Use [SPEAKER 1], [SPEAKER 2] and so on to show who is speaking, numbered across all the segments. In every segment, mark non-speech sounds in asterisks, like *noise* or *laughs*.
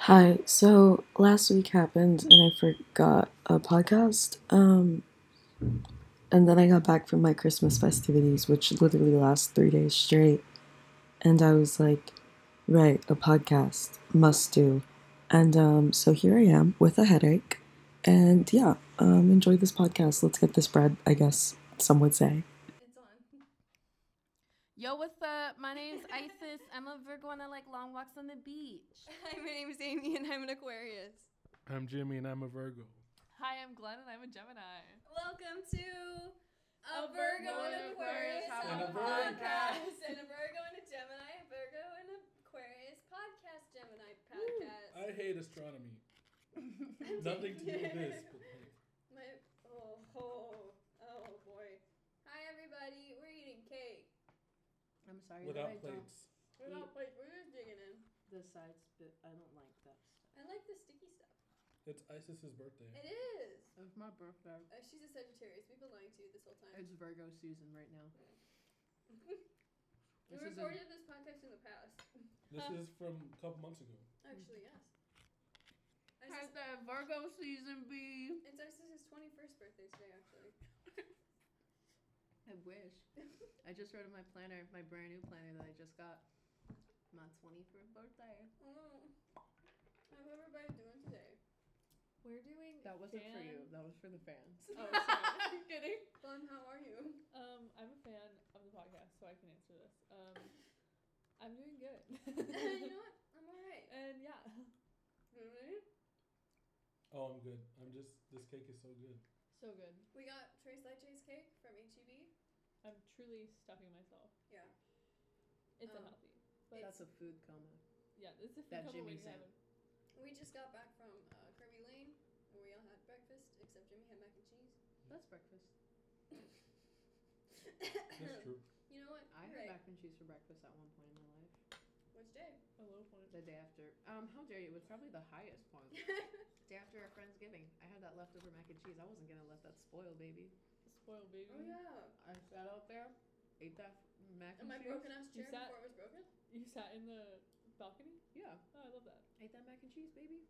[SPEAKER 1] Hi. So last week happened and I forgot a podcast. Um and then I got back from my Christmas festivities, which literally last 3 days straight, and I was like, right, a podcast must do. And um so here I am with a headache. And yeah, um enjoy this podcast. Let's get this bread, I guess some would say.
[SPEAKER 2] It's on. Yo, what's up? My name's Isis. I'm a Virgo and I like long walks on the beach.
[SPEAKER 3] Hi, my name's Amy, and I'm an Aquarius.
[SPEAKER 4] I'm Jimmy and I'm a Virgo.
[SPEAKER 2] Hi, I'm Glenn and I'm a Gemini.
[SPEAKER 3] Welcome to a,
[SPEAKER 2] A
[SPEAKER 3] Virgo
[SPEAKER 2] Virgo
[SPEAKER 3] and
[SPEAKER 2] and
[SPEAKER 3] Aquarius
[SPEAKER 2] Aquarius
[SPEAKER 3] on
[SPEAKER 4] on
[SPEAKER 3] a
[SPEAKER 4] a
[SPEAKER 3] podcast,
[SPEAKER 2] podcast.
[SPEAKER 3] and a Virgo and a Gemini, a Virgo and Aquarius podcast, Gemini podcast.
[SPEAKER 4] I hate astronomy.
[SPEAKER 3] *laughs* I'm
[SPEAKER 4] Nothing to do with
[SPEAKER 3] taking-
[SPEAKER 5] *laughs*
[SPEAKER 4] this.
[SPEAKER 3] My, oh, oh, oh boy. Hi, everybody. We're eating cake.
[SPEAKER 5] I'm sorry.
[SPEAKER 4] but
[SPEAKER 5] that I
[SPEAKER 4] Without
[SPEAKER 5] don't-
[SPEAKER 4] plates.
[SPEAKER 3] We're not like we're just digging in.
[SPEAKER 5] The sides, but I don't like that stuff.
[SPEAKER 3] I like the sticky stuff.
[SPEAKER 4] It's Isis's birthday.
[SPEAKER 3] It is.
[SPEAKER 5] It's my birthday.
[SPEAKER 3] Uh, she's a Sagittarius. We've been lying to you this whole time. *laughs*
[SPEAKER 5] It's Virgo season right now. This is
[SPEAKER 3] we
[SPEAKER 5] a-
[SPEAKER 3] recorded this podcast in the past.
[SPEAKER 4] This is from a couple months ago.
[SPEAKER 3] Actually, yes. I
[SPEAKER 5] Has
[SPEAKER 3] sus-
[SPEAKER 5] that Virgo season be?
[SPEAKER 3] it's our sister's 21st birthday today, actually.
[SPEAKER 5] I wish.
[SPEAKER 2] *laughs*
[SPEAKER 5] I just wrote in my planner, my brand new planner that I just got, my 21st birthday.
[SPEAKER 3] Oh. How's everybody doing today?
[SPEAKER 2] We're doing.
[SPEAKER 5] That wasn't for *laughs* you. That was for the fans.
[SPEAKER 2] Oh, sorry. I'm kidding.
[SPEAKER 3] Blum, how are you? *laughs*
[SPEAKER 2] Um, I'm a fan of the podcast, so I can answer this. Um, I'm doing good. *laughs*
[SPEAKER 3] you know what? I'm alright.
[SPEAKER 2] and yeah.
[SPEAKER 3] Really?
[SPEAKER 4] Oh, I'm good. I'm just, this cake is so good.
[SPEAKER 2] So good.
[SPEAKER 3] We got Trace Leche's cake from E HEB.
[SPEAKER 2] I'm truly stuffing myself.
[SPEAKER 3] Yeah.
[SPEAKER 2] It's
[SPEAKER 3] Um,
[SPEAKER 2] unhealthy. But
[SPEAKER 5] That's a food coma.
[SPEAKER 2] yeah, this is a
[SPEAKER 5] that
[SPEAKER 2] couple
[SPEAKER 5] Jimmy
[SPEAKER 2] weeks
[SPEAKER 5] said.
[SPEAKER 2] haven't-
[SPEAKER 3] We just got back from uh, Kirby Lane, where we all had breakfast, except Jimmy had mac and cheese.
[SPEAKER 5] That's breakfast.
[SPEAKER 3] *coughs*
[SPEAKER 5] *laughs*
[SPEAKER 4] That's true.
[SPEAKER 3] You know what?
[SPEAKER 5] I had
[SPEAKER 3] You're right.
[SPEAKER 5] mac and cheese for breakfast at one point in my life.
[SPEAKER 3] Which
[SPEAKER 5] *laughs*
[SPEAKER 3] day?
[SPEAKER 2] A low point.
[SPEAKER 5] The day after. Um, how dare you? It was probably the highest
[SPEAKER 3] Oh,
[SPEAKER 5] point. *laughs* Day after our friend's giving, I had that leftover mac and cheese. I wasn't gonna let that spoil, baby.
[SPEAKER 2] Spoiled baby.
[SPEAKER 3] oh yeah.
[SPEAKER 5] I sat out there, ate that mac
[SPEAKER 3] And
[SPEAKER 5] and
[SPEAKER 3] my
[SPEAKER 5] cheese.
[SPEAKER 3] broken ass
[SPEAKER 2] You
[SPEAKER 3] chair
[SPEAKER 2] sat-
[SPEAKER 3] before it was
[SPEAKER 5] *laughs*
[SPEAKER 3] broken.
[SPEAKER 2] You sat in the balcony?
[SPEAKER 5] Yeah,
[SPEAKER 2] Oh, I love that.
[SPEAKER 5] ate that mac and cheese, baby.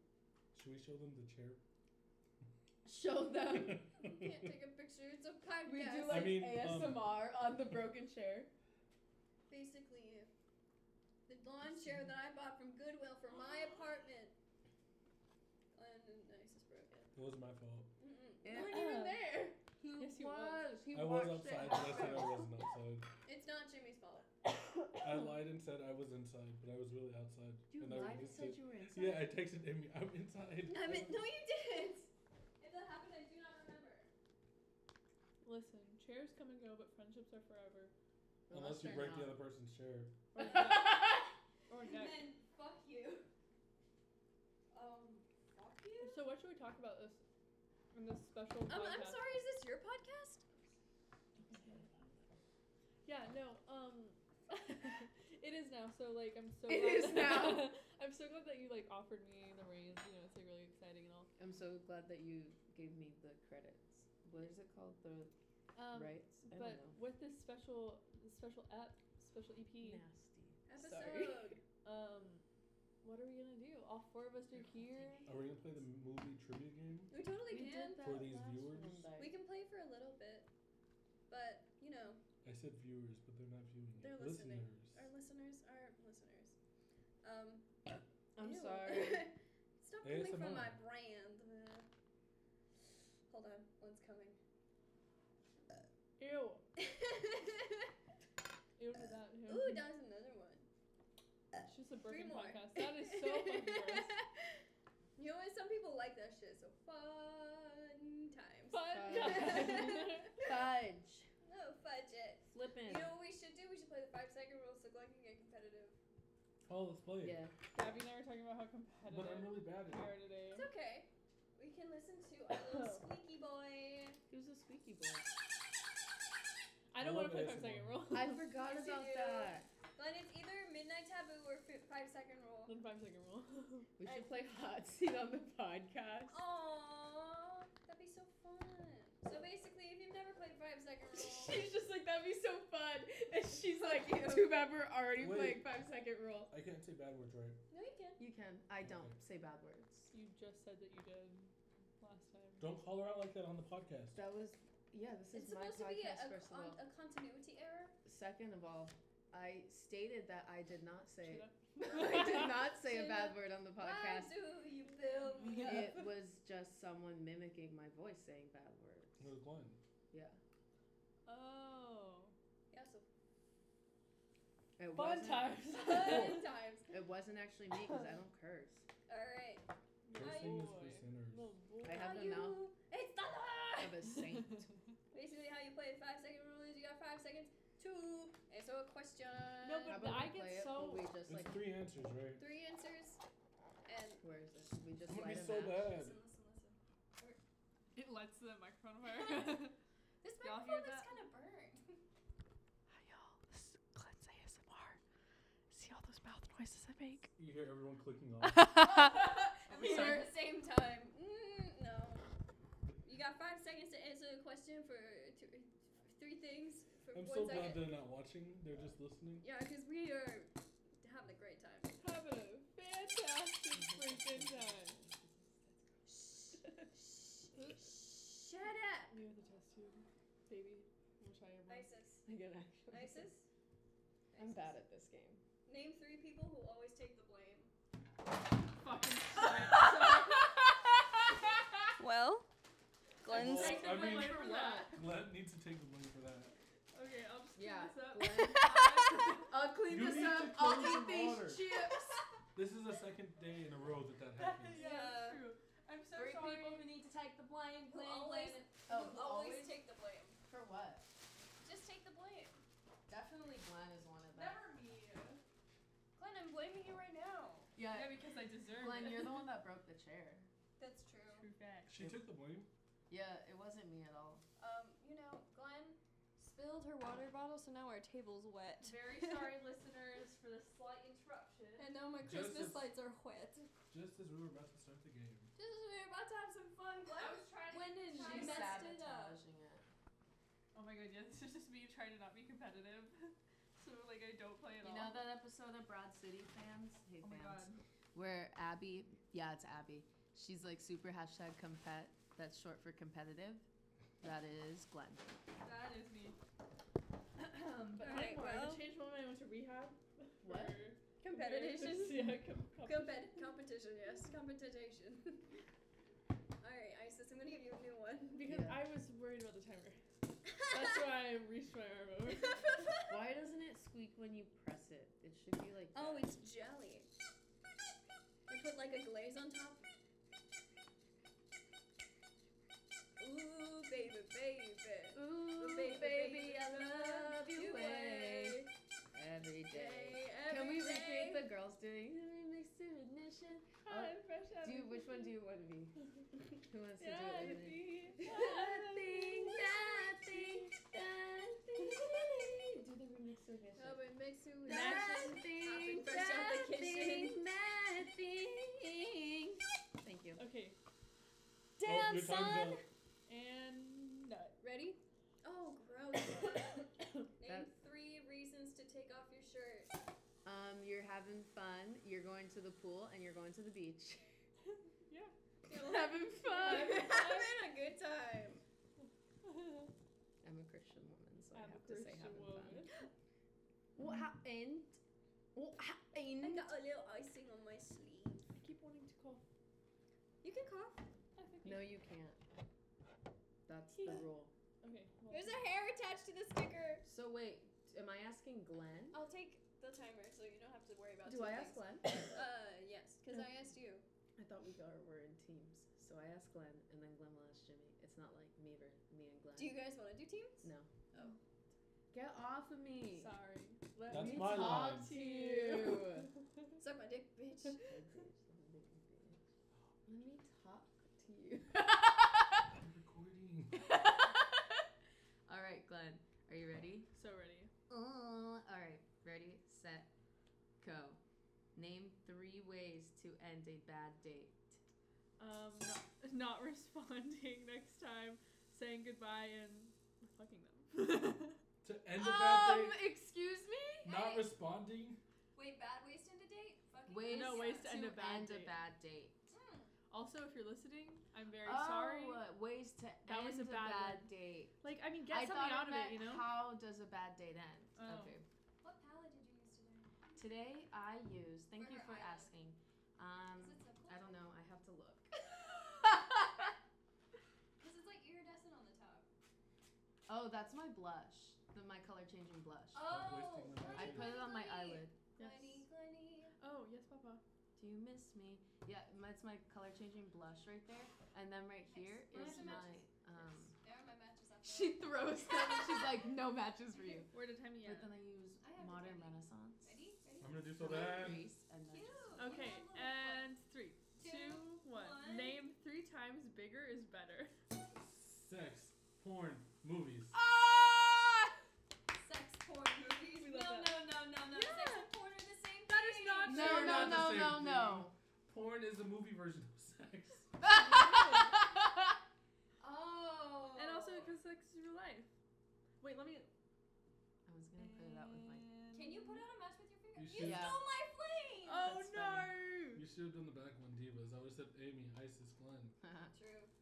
[SPEAKER 4] Should we show them the
[SPEAKER 5] *laughs*
[SPEAKER 4] chair?
[SPEAKER 5] Show *laughs* them.
[SPEAKER 3] You
[SPEAKER 4] *laughs*
[SPEAKER 3] can't take a picture. It's a podcast.
[SPEAKER 5] We do
[SPEAKER 4] I
[SPEAKER 5] like
[SPEAKER 4] mean, um,
[SPEAKER 5] ASMR on the broken chair.
[SPEAKER 3] basically the lawn chair that I bought from Goodwill for my apartment. Glenn and Isis broke it.
[SPEAKER 4] it was my fault.
[SPEAKER 3] Mm-mm.
[SPEAKER 5] Yeah.
[SPEAKER 3] You weren't even there.
[SPEAKER 5] He
[SPEAKER 2] Yes, he was.
[SPEAKER 5] was. He
[SPEAKER 4] I was
[SPEAKER 5] watched it.
[SPEAKER 4] outside, but I said I wasn't outside.
[SPEAKER 3] It's not Jimmy's fault.
[SPEAKER 4] I lied and said I was inside, but I was really outside.
[SPEAKER 5] You
[SPEAKER 4] and I
[SPEAKER 5] lied and
[SPEAKER 4] released
[SPEAKER 5] said
[SPEAKER 4] it.
[SPEAKER 5] you were inside.
[SPEAKER 4] Yeah, I texted Amy. I'm inside.
[SPEAKER 3] I mean, no, you didn't. If that happened, I do not remember.
[SPEAKER 2] Listen, chairs come and go, but friendships are forever.
[SPEAKER 4] Unless
[SPEAKER 5] they're
[SPEAKER 4] you break the
[SPEAKER 5] not.
[SPEAKER 4] other *laughs* person's chair.
[SPEAKER 2] Or neck. or
[SPEAKER 3] And *laughs*
[SPEAKER 2] neck.
[SPEAKER 3] then fuck you. Um, fuck you.
[SPEAKER 2] So what should we talk about this in this special
[SPEAKER 3] Um,
[SPEAKER 2] podcast?
[SPEAKER 3] I'm sorry. Is this your podcast?
[SPEAKER 2] Yeah,
[SPEAKER 5] *laughs*
[SPEAKER 2] no. Um, it is now. So like, I'm so.
[SPEAKER 5] It
[SPEAKER 2] glad
[SPEAKER 5] is now.
[SPEAKER 2] *laughs* I'm so glad that you like offered me the reins. You know, it's like really exciting and all.
[SPEAKER 5] *laughs* I'm so glad that you gave me the credits. What is it called? The
[SPEAKER 2] Um,
[SPEAKER 5] rights? I don't
[SPEAKER 2] But
[SPEAKER 5] know.
[SPEAKER 2] with this special, this special app, special EP.
[SPEAKER 5] Nasty.
[SPEAKER 3] Episode.
[SPEAKER 5] Sorry.
[SPEAKER 2] Um, what are we gonna do? All four of us are here.
[SPEAKER 4] Are we going to play the movie trivia game?
[SPEAKER 3] We totally
[SPEAKER 5] We
[SPEAKER 3] can.
[SPEAKER 5] did that
[SPEAKER 4] For these
[SPEAKER 5] last
[SPEAKER 4] viewers?
[SPEAKER 5] one, like-
[SPEAKER 3] We can play for a little bit, but you know.
[SPEAKER 4] I said viewers, but they're not viewing it.
[SPEAKER 3] They're listening. Our listeners are listeners. Um,
[SPEAKER 5] I'm
[SPEAKER 3] ew.
[SPEAKER 5] sorry.
[SPEAKER 3] *laughs* Stop coming from
[SPEAKER 4] ASMR.
[SPEAKER 3] my brand. *sighs* Uh, Hold on, one's
[SPEAKER 2] *laughs*
[SPEAKER 3] coming.
[SPEAKER 2] *laughs* Ew.
[SPEAKER 3] Ooh,
[SPEAKER 2] Ew to that. Ew.
[SPEAKER 3] that was another one.
[SPEAKER 2] It's just a
[SPEAKER 3] Three
[SPEAKER 2] broken
[SPEAKER 3] more.
[SPEAKER 2] podcast. That is
[SPEAKER 5] *laughs*
[SPEAKER 2] so fucking gross.
[SPEAKER 3] *laughs* You know, what? some people like that shit. So fun times.
[SPEAKER 2] Fun
[SPEAKER 5] Fun.
[SPEAKER 2] time.
[SPEAKER 5] Fudge.
[SPEAKER 3] *laughs* No fudge it.
[SPEAKER 5] Flippin'.
[SPEAKER 3] You know what we should do? We should play the five second rule so Glenn can get competitive.
[SPEAKER 4] Oh, let's play it.
[SPEAKER 5] yeah.
[SPEAKER 2] Gabby and I were talking about how
[SPEAKER 4] But I'm
[SPEAKER 2] competitive
[SPEAKER 4] really bad at
[SPEAKER 2] we
[SPEAKER 4] it.
[SPEAKER 2] are today.
[SPEAKER 3] It's okay. We can listen to our
[SPEAKER 2] *laughs*
[SPEAKER 3] little squeaky boy.
[SPEAKER 5] Who's a squeaky boy?
[SPEAKER 4] I
[SPEAKER 2] I don't want to
[SPEAKER 4] love
[SPEAKER 2] play
[SPEAKER 4] ASMR.
[SPEAKER 2] five second rule.
[SPEAKER 5] *laughs* I forgot
[SPEAKER 3] Yes, you
[SPEAKER 5] about
[SPEAKER 3] do.
[SPEAKER 5] that.
[SPEAKER 3] Glenn, it's either Midnight Taboo or fi- Five Second Rule.
[SPEAKER 2] *laughs* Then five second *laughs* rule.
[SPEAKER 5] We
[SPEAKER 3] I-
[SPEAKER 5] should play hot seat on the podcast.
[SPEAKER 3] Aww, that'd be so fun. So basically, if you've never played Five Second
[SPEAKER 5] *laughs*
[SPEAKER 3] second roll.
[SPEAKER 2] She's just like, that'd be so fun. And she's like,
[SPEAKER 3] Fuck you.
[SPEAKER 2] two member already
[SPEAKER 4] Wait.
[SPEAKER 2] playing five second rule.
[SPEAKER 4] I can't say bad words, right?
[SPEAKER 3] *laughs* No, you can.
[SPEAKER 5] You can. I don't say bad words.
[SPEAKER 2] You just said that you did last time.
[SPEAKER 4] Don't call her out like that on the podcast.
[SPEAKER 5] That was, yeah, this
[SPEAKER 3] It's
[SPEAKER 5] is my
[SPEAKER 3] supposed to be a,
[SPEAKER 5] podcast,
[SPEAKER 3] a,
[SPEAKER 5] first of
[SPEAKER 3] con-
[SPEAKER 5] all.
[SPEAKER 3] a continuity error.
[SPEAKER 5] Second of all, I stated that I did not say,
[SPEAKER 2] Shut up.
[SPEAKER 5] *laughs* I did not say a
[SPEAKER 3] Shut
[SPEAKER 5] bad
[SPEAKER 3] up.
[SPEAKER 5] word on the
[SPEAKER 3] Why
[SPEAKER 5] podcast.
[SPEAKER 3] do you build
[SPEAKER 5] *laughs*
[SPEAKER 3] me up?
[SPEAKER 5] It was just someone mimicking my voice saying bad
[SPEAKER 4] It
[SPEAKER 5] words.
[SPEAKER 4] was Glenn.
[SPEAKER 5] Yeah.
[SPEAKER 2] *laughs* Oh.
[SPEAKER 3] Yeah, so
[SPEAKER 5] It
[SPEAKER 2] Fun
[SPEAKER 5] wasn't,
[SPEAKER 2] times.
[SPEAKER 5] *laughs*
[SPEAKER 2] *laughs*
[SPEAKER 3] fun times.
[SPEAKER 5] It wasn't actually me because I don't curse.
[SPEAKER 3] All right.
[SPEAKER 4] Cursing is
[SPEAKER 2] boy.
[SPEAKER 4] for sinners.
[SPEAKER 2] Little boy.
[SPEAKER 5] I have
[SPEAKER 3] How
[SPEAKER 5] them now.
[SPEAKER 3] you- It's the
[SPEAKER 5] Of a saint.
[SPEAKER 3] Basically, how you play the five second rule is you got five seconds to answer a question.
[SPEAKER 2] No,
[SPEAKER 5] How
[SPEAKER 2] but
[SPEAKER 5] about we
[SPEAKER 2] I get
[SPEAKER 5] play it, but
[SPEAKER 2] so-
[SPEAKER 5] we just
[SPEAKER 4] It's
[SPEAKER 5] like,
[SPEAKER 4] three answers, right?
[SPEAKER 3] three answers, and
[SPEAKER 5] where is this? We just
[SPEAKER 4] I'm gonna
[SPEAKER 5] light
[SPEAKER 4] be
[SPEAKER 5] a
[SPEAKER 4] so
[SPEAKER 5] match.
[SPEAKER 4] bad.
[SPEAKER 3] listen, listen, listen.
[SPEAKER 2] *laughs* It lets the microphone *laughs* fire.
[SPEAKER 3] This
[SPEAKER 2] Y'all
[SPEAKER 3] microphone
[SPEAKER 2] hear
[SPEAKER 3] is
[SPEAKER 2] that?
[SPEAKER 3] kind of burned. *laughs*
[SPEAKER 6] Hi y'all, this is Glenn's ASMR. See all those mouth noises I make?
[SPEAKER 4] You hear everyone clicking off.
[SPEAKER 3] and we start
[SPEAKER 2] Sorry.
[SPEAKER 3] at the same time. Mm, no. You got five seconds to answer the question for two, three things for
[SPEAKER 4] I'm
[SPEAKER 3] one
[SPEAKER 4] so
[SPEAKER 3] second.
[SPEAKER 4] glad they're not watching. They're just listening.
[SPEAKER 3] Yeah, because we are having a great time.
[SPEAKER 2] Having a fantastic freaking time.
[SPEAKER 3] Shut up,
[SPEAKER 2] You're the test tube, baby. I'm gonna try your voice.
[SPEAKER 3] ISIS.
[SPEAKER 5] I can actually.
[SPEAKER 3] ISIS.
[SPEAKER 5] I'm bad at this game.
[SPEAKER 3] Name three people who always take the blame.
[SPEAKER 2] Fucking *laughs* shit.
[SPEAKER 6] Well,
[SPEAKER 4] Glenn's-
[SPEAKER 2] Take
[SPEAKER 4] I
[SPEAKER 2] the
[SPEAKER 4] mean-
[SPEAKER 5] *laughs*
[SPEAKER 2] blame for that.
[SPEAKER 4] Glenn needs to take the blame for that.
[SPEAKER 2] Okay, I'll just clean
[SPEAKER 5] Yeah,
[SPEAKER 2] this up.
[SPEAKER 5] Glenn.
[SPEAKER 2] *laughs* I'll Uh, clean
[SPEAKER 4] You
[SPEAKER 2] this
[SPEAKER 4] need to
[SPEAKER 2] up.
[SPEAKER 4] close
[SPEAKER 2] I'll
[SPEAKER 4] the
[SPEAKER 2] eat these
[SPEAKER 4] water.
[SPEAKER 2] chips.
[SPEAKER 5] *laughs*
[SPEAKER 4] This is the second day in a row that that happens.
[SPEAKER 2] yeah, that's true. I'm so
[SPEAKER 7] Three
[SPEAKER 2] sorry.
[SPEAKER 7] people who need to take the blame.
[SPEAKER 3] Who
[SPEAKER 7] blame,
[SPEAKER 3] always,
[SPEAKER 7] blame.
[SPEAKER 5] Oh,
[SPEAKER 3] who
[SPEAKER 5] who
[SPEAKER 3] always
[SPEAKER 5] always-
[SPEAKER 3] take the blame.
[SPEAKER 5] For what?
[SPEAKER 3] Just take the blame.
[SPEAKER 5] Definitely Glenn is one of them.
[SPEAKER 2] Never me.
[SPEAKER 3] Glenn, I'm blaming you right now.
[SPEAKER 5] Yeah,
[SPEAKER 2] Yeah, because I deserve
[SPEAKER 5] Glenn,
[SPEAKER 2] it. *laughs*
[SPEAKER 5] you're the one that broke the chair.
[SPEAKER 3] That's true.
[SPEAKER 2] True fact.
[SPEAKER 4] She took the blame.
[SPEAKER 5] Yeah, it wasn't me at all.
[SPEAKER 3] Um, you know, Glenn
[SPEAKER 7] Spilled her water bottle, so now our table's wet.
[SPEAKER 2] Very sorry, *laughs* listeners, for the slight interruption.
[SPEAKER 3] and now my
[SPEAKER 4] Joseph-
[SPEAKER 3] Christmas lights are wet.
[SPEAKER 4] Just as we were about to start the game.
[SPEAKER 3] Just as we were about to have some fun,
[SPEAKER 2] I
[SPEAKER 3] Glenn
[SPEAKER 2] was trying to.
[SPEAKER 3] went in
[SPEAKER 2] She
[SPEAKER 3] and messed it up.
[SPEAKER 5] sabotaging it.
[SPEAKER 2] Oh my god, yeah, this is just me trying to not be competitive. *laughs* so, like, I don't play at
[SPEAKER 5] You
[SPEAKER 2] all.
[SPEAKER 5] know that episode of Broad City Fans? Hey
[SPEAKER 2] oh my
[SPEAKER 5] fans.
[SPEAKER 2] god.
[SPEAKER 5] Where Abby, yeah, it's Abby. She's like super hashtag compet. That's short for competitive. That is Glenn.
[SPEAKER 2] That is me.
[SPEAKER 3] All
[SPEAKER 2] but
[SPEAKER 3] right,
[SPEAKER 2] anymore, I
[SPEAKER 3] Um, well-
[SPEAKER 2] can change my mind. I went to rehab. *laughs*
[SPEAKER 5] What?
[SPEAKER 2] for *laughs* embarrassing- yeah, com- competition.
[SPEAKER 3] Compet- competition, yes, competition. *laughs* All right, Isis, I'm gonna give you a new one. *laughs*
[SPEAKER 2] Because
[SPEAKER 5] Yeah.
[SPEAKER 2] I was worried about the timer. That's why I reached my arm
[SPEAKER 3] *laughs*
[SPEAKER 2] *laughs* over.
[SPEAKER 5] Why doesn't it squeak when you press it? It should be like.
[SPEAKER 3] Oh,
[SPEAKER 5] that.
[SPEAKER 3] it's jelly. I put like a glaze on top. Ooh, baby, baby. Ooh,
[SPEAKER 5] Ooh,
[SPEAKER 3] baby, baby, I love you way.
[SPEAKER 5] every day.
[SPEAKER 3] Day,
[SPEAKER 5] Can we
[SPEAKER 3] every
[SPEAKER 5] recreate
[SPEAKER 3] day.
[SPEAKER 5] the girls doing remix to ignition?
[SPEAKER 2] Hi, I'm fresh out
[SPEAKER 5] Do you,
[SPEAKER 2] of
[SPEAKER 5] which one do you want to
[SPEAKER 3] *laughs*
[SPEAKER 5] be? Who wants to do it? with me?
[SPEAKER 2] Nothing,
[SPEAKER 3] Nothing, nothing, nothing.
[SPEAKER 5] Do the remix to ignition.
[SPEAKER 3] How it makes you *coughs*
[SPEAKER 5] Nothing,
[SPEAKER 3] Nothing, fresh out the kitchen.
[SPEAKER 5] nothing. Thank you.
[SPEAKER 2] *laughs* Okay,
[SPEAKER 4] oh, your time's up.
[SPEAKER 2] and nut.
[SPEAKER 3] Ready? Oh, gross. *coughs* Name
[SPEAKER 5] That-
[SPEAKER 3] three reasons to take off your shirt. *laughs*
[SPEAKER 5] Um, you're having fun. You're going to the pool and you're going to the *laughs* beach. *laughs*
[SPEAKER 3] You're
[SPEAKER 5] having
[SPEAKER 3] having
[SPEAKER 5] fun.
[SPEAKER 3] a good time.
[SPEAKER 5] *laughs* I'm a Christian woman, so i
[SPEAKER 2] I'm a
[SPEAKER 5] have to say
[SPEAKER 2] Christian
[SPEAKER 5] having fun.
[SPEAKER 2] woman.
[SPEAKER 5] What happened? What
[SPEAKER 3] I
[SPEAKER 5] happened?
[SPEAKER 3] got a little icing on my sleeve.
[SPEAKER 2] I keep wanting to cough.
[SPEAKER 3] You can cough.
[SPEAKER 2] I think
[SPEAKER 5] No, you can't. That's the
[SPEAKER 2] Yeah.
[SPEAKER 5] rule.
[SPEAKER 2] Okay. Well,
[SPEAKER 3] There's a hair attached to the sticker.
[SPEAKER 5] So wait, am I asking Glenn?
[SPEAKER 3] I'll take the timer so you don't have to worry about
[SPEAKER 5] Do
[SPEAKER 3] two
[SPEAKER 5] I ask
[SPEAKER 3] things.
[SPEAKER 5] Glenn?
[SPEAKER 3] Uh, yes, because I asked you.
[SPEAKER 5] I thought we got were in teams. So I asked Glenn, and then Glenn will ask Jimmy. It's not like me or me and Glenn.
[SPEAKER 3] Do you guys want to do teams?
[SPEAKER 5] no.
[SPEAKER 3] Oh.
[SPEAKER 5] Get off of me.
[SPEAKER 2] sorry. Let
[SPEAKER 4] That's
[SPEAKER 2] me
[SPEAKER 4] my
[SPEAKER 2] talk
[SPEAKER 4] line.
[SPEAKER 2] to
[SPEAKER 5] *laughs*
[SPEAKER 2] you.
[SPEAKER 3] Suck my dick, *laughs* bitch.
[SPEAKER 5] Let me talk to you.
[SPEAKER 4] I'm recording.
[SPEAKER 5] All right, Glenn, are you ready?
[SPEAKER 2] so ready.
[SPEAKER 5] Uh, all right, ready, set, go. Name three ways to end a bad date.
[SPEAKER 2] Um, *laughs* not, not responding next time, saying goodbye and fucking them. *laughs*
[SPEAKER 4] To end a
[SPEAKER 5] um,
[SPEAKER 4] bad date,
[SPEAKER 5] excuse me?
[SPEAKER 4] not
[SPEAKER 3] hey.
[SPEAKER 4] responding.
[SPEAKER 3] Wait, bad waste into date? Fucking
[SPEAKER 5] Waste
[SPEAKER 2] No,
[SPEAKER 3] yes.
[SPEAKER 2] ways to
[SPEAKER 5] to
[SPEAKER 2] end a bad
[SPEAKER 5] end a
[SPEAKER 2] date.
[SPEAKER 5] bad date.
[SPEAKER 3] Mm.
[SPEAKER 2] Also, if you're listening, I'm very
[SPEAKER 5] oh,
[SPEAKER 2] sorry.
[SPEAKER 5] uh, ways to
[SPEAKER 2] That
[SPEAKER 5] end
[SPEAKER 2] was
[SPEAKER 5] a
[SPEAKER 2] a bad
[SPEAKER 5] bad
[SPEAKER 2] one.
[SPEAKER 5] date.
[SPEAKER 2] Like, I mean,
[SPEAKER 5] I
[SPEAKER 2] get something
[SPEAKER 5] thought
[SPEAKER 2] out
[SPEAKER 5] it
[SPEAKER 2] of
[SPEAKER 5] meant
[SPEAKER 2] it, you know?
[SPEAKER 5] How does a bad date end?
[SPEAKER 2] Oh.
[SPEAKER 5] Okay.
[SPEAKER 3] What palette did you use today?
[SPEAKER 5] Today I use. Thank you for
[SPEAKER 3] Where I am.
[SPEAKER 5] asking. Um,
[SPEAKER 3] Is it simple?
[SPEAKER 5] I don't know. I have to *laughs* look.
[SPEAKER 3] *laughs* Because it's like iridescent on the top.
[SPEAKER 5] oh, that's my blush. The my color changing blush.
[SPEAKER 4] Stop
[SPEAKER 3] Oh,
[SPEAKER 4] wasting the
[SPEAKER 3] Glenny,
[SPEAKER 5] I put it on my
[SPEAKER 3] Glenny,
[SPEAKER 5] eyelid.
[SPEAKER 2] Yes.
[SPEAKER 3] Glenny, Glenny.
[SPEAKER 2] Oh, yes, Papa.
[SPEAKER 5] Do you miss me? Yeah, that's my color changing blush right there. And then right here
[SPEAKER 3] Nice. Where's
[SPEAKER 5] is
[SPEAKER 3] the
[SPEAKER 5] my
[SPEAKER 3] matches?
[SPEAKER 5] um.
[SPEAKER 3] There are my matches up there.
[SPEAKER 5] She throws them. and She's like, no matches for
[SPEAKER 3] *laughs*
[SPEAKER 5] you.
[SPEAKER 2] We're at a time yet.
[SPEAKER 5] But then I use
[SPEAKER 3] I have the
[SPEAKER 5] modern
[SPEAKER 3] tiny.
[SPEAKER 5] Renaissance.
[SPEAKER 3] Ready? Ready?
[SPEAKER 4] I'm gonna do so bad.
[SPEAKER 5] Grease and then
[SPEAKER 3] Cute.
[SPEAKER 5] just-
[SPEAKER 2] Okay,
[SPEAKER 3] Look at that
[SPEAKER 2] and three,
[SPEAKER 3] Two,
[SPEAKER 2] two, one.
[SPEAKER 3] one.
[SPEAKER 2] Name three times bigger is better.
[SPEAKER 4] Sex, porn, movies.
[SPEAKER 3] little Sex
[SPEAKER 4] *laughs*
[SPEAKER 3] porn movies.
[SPEAKER 2] We
[SPEAKER 3] No,
[SPEAKER 2] love
[SPEAKER 3] no, no, no, no. Sex
[SPEAKER 2] Yeah.
[SPEAKER 3] and porn are the same
[SPEAKER 2] That is
[SPEAKER 3] thing.
[SPEAKER 2] not
[SPEAKER 5] No,
[SPEAKER 4] They're
[SPEAKER 5] no,
[SPEAKER 4] not the
[SPEAKER 5] no,
[SPEAKER 4] same
[SPEAKER 5] no, *laughs*
[SPEAKER 4] thing.
[SPEAKER 5] no.
[SPEAKER 4] Porn is the movie version of sex.
[SPEAKER 3] Oh.
[SPEAKER 2] And also because sex is your life. Wait, let me.
[SPEAKER 5] I was gonna put it out with my.
[SPEAKER 3] Can you put out a match with your finger?
[SPEAKER 4] You
[SPEAKER 3] You,
[SPEAKER 4] should.
[SPEAKER 5] Yeah.
[SPEAKER 3] stole my flame.
[SPEAKER 2] Oh
[SPEAKER 5] That's
[SPEAKER 2] no!
[SPEAKER 4] *laughs* You should have done the back one, divas. I would have said Amy, Isis, Glenn.
[SPEAKER 3] True.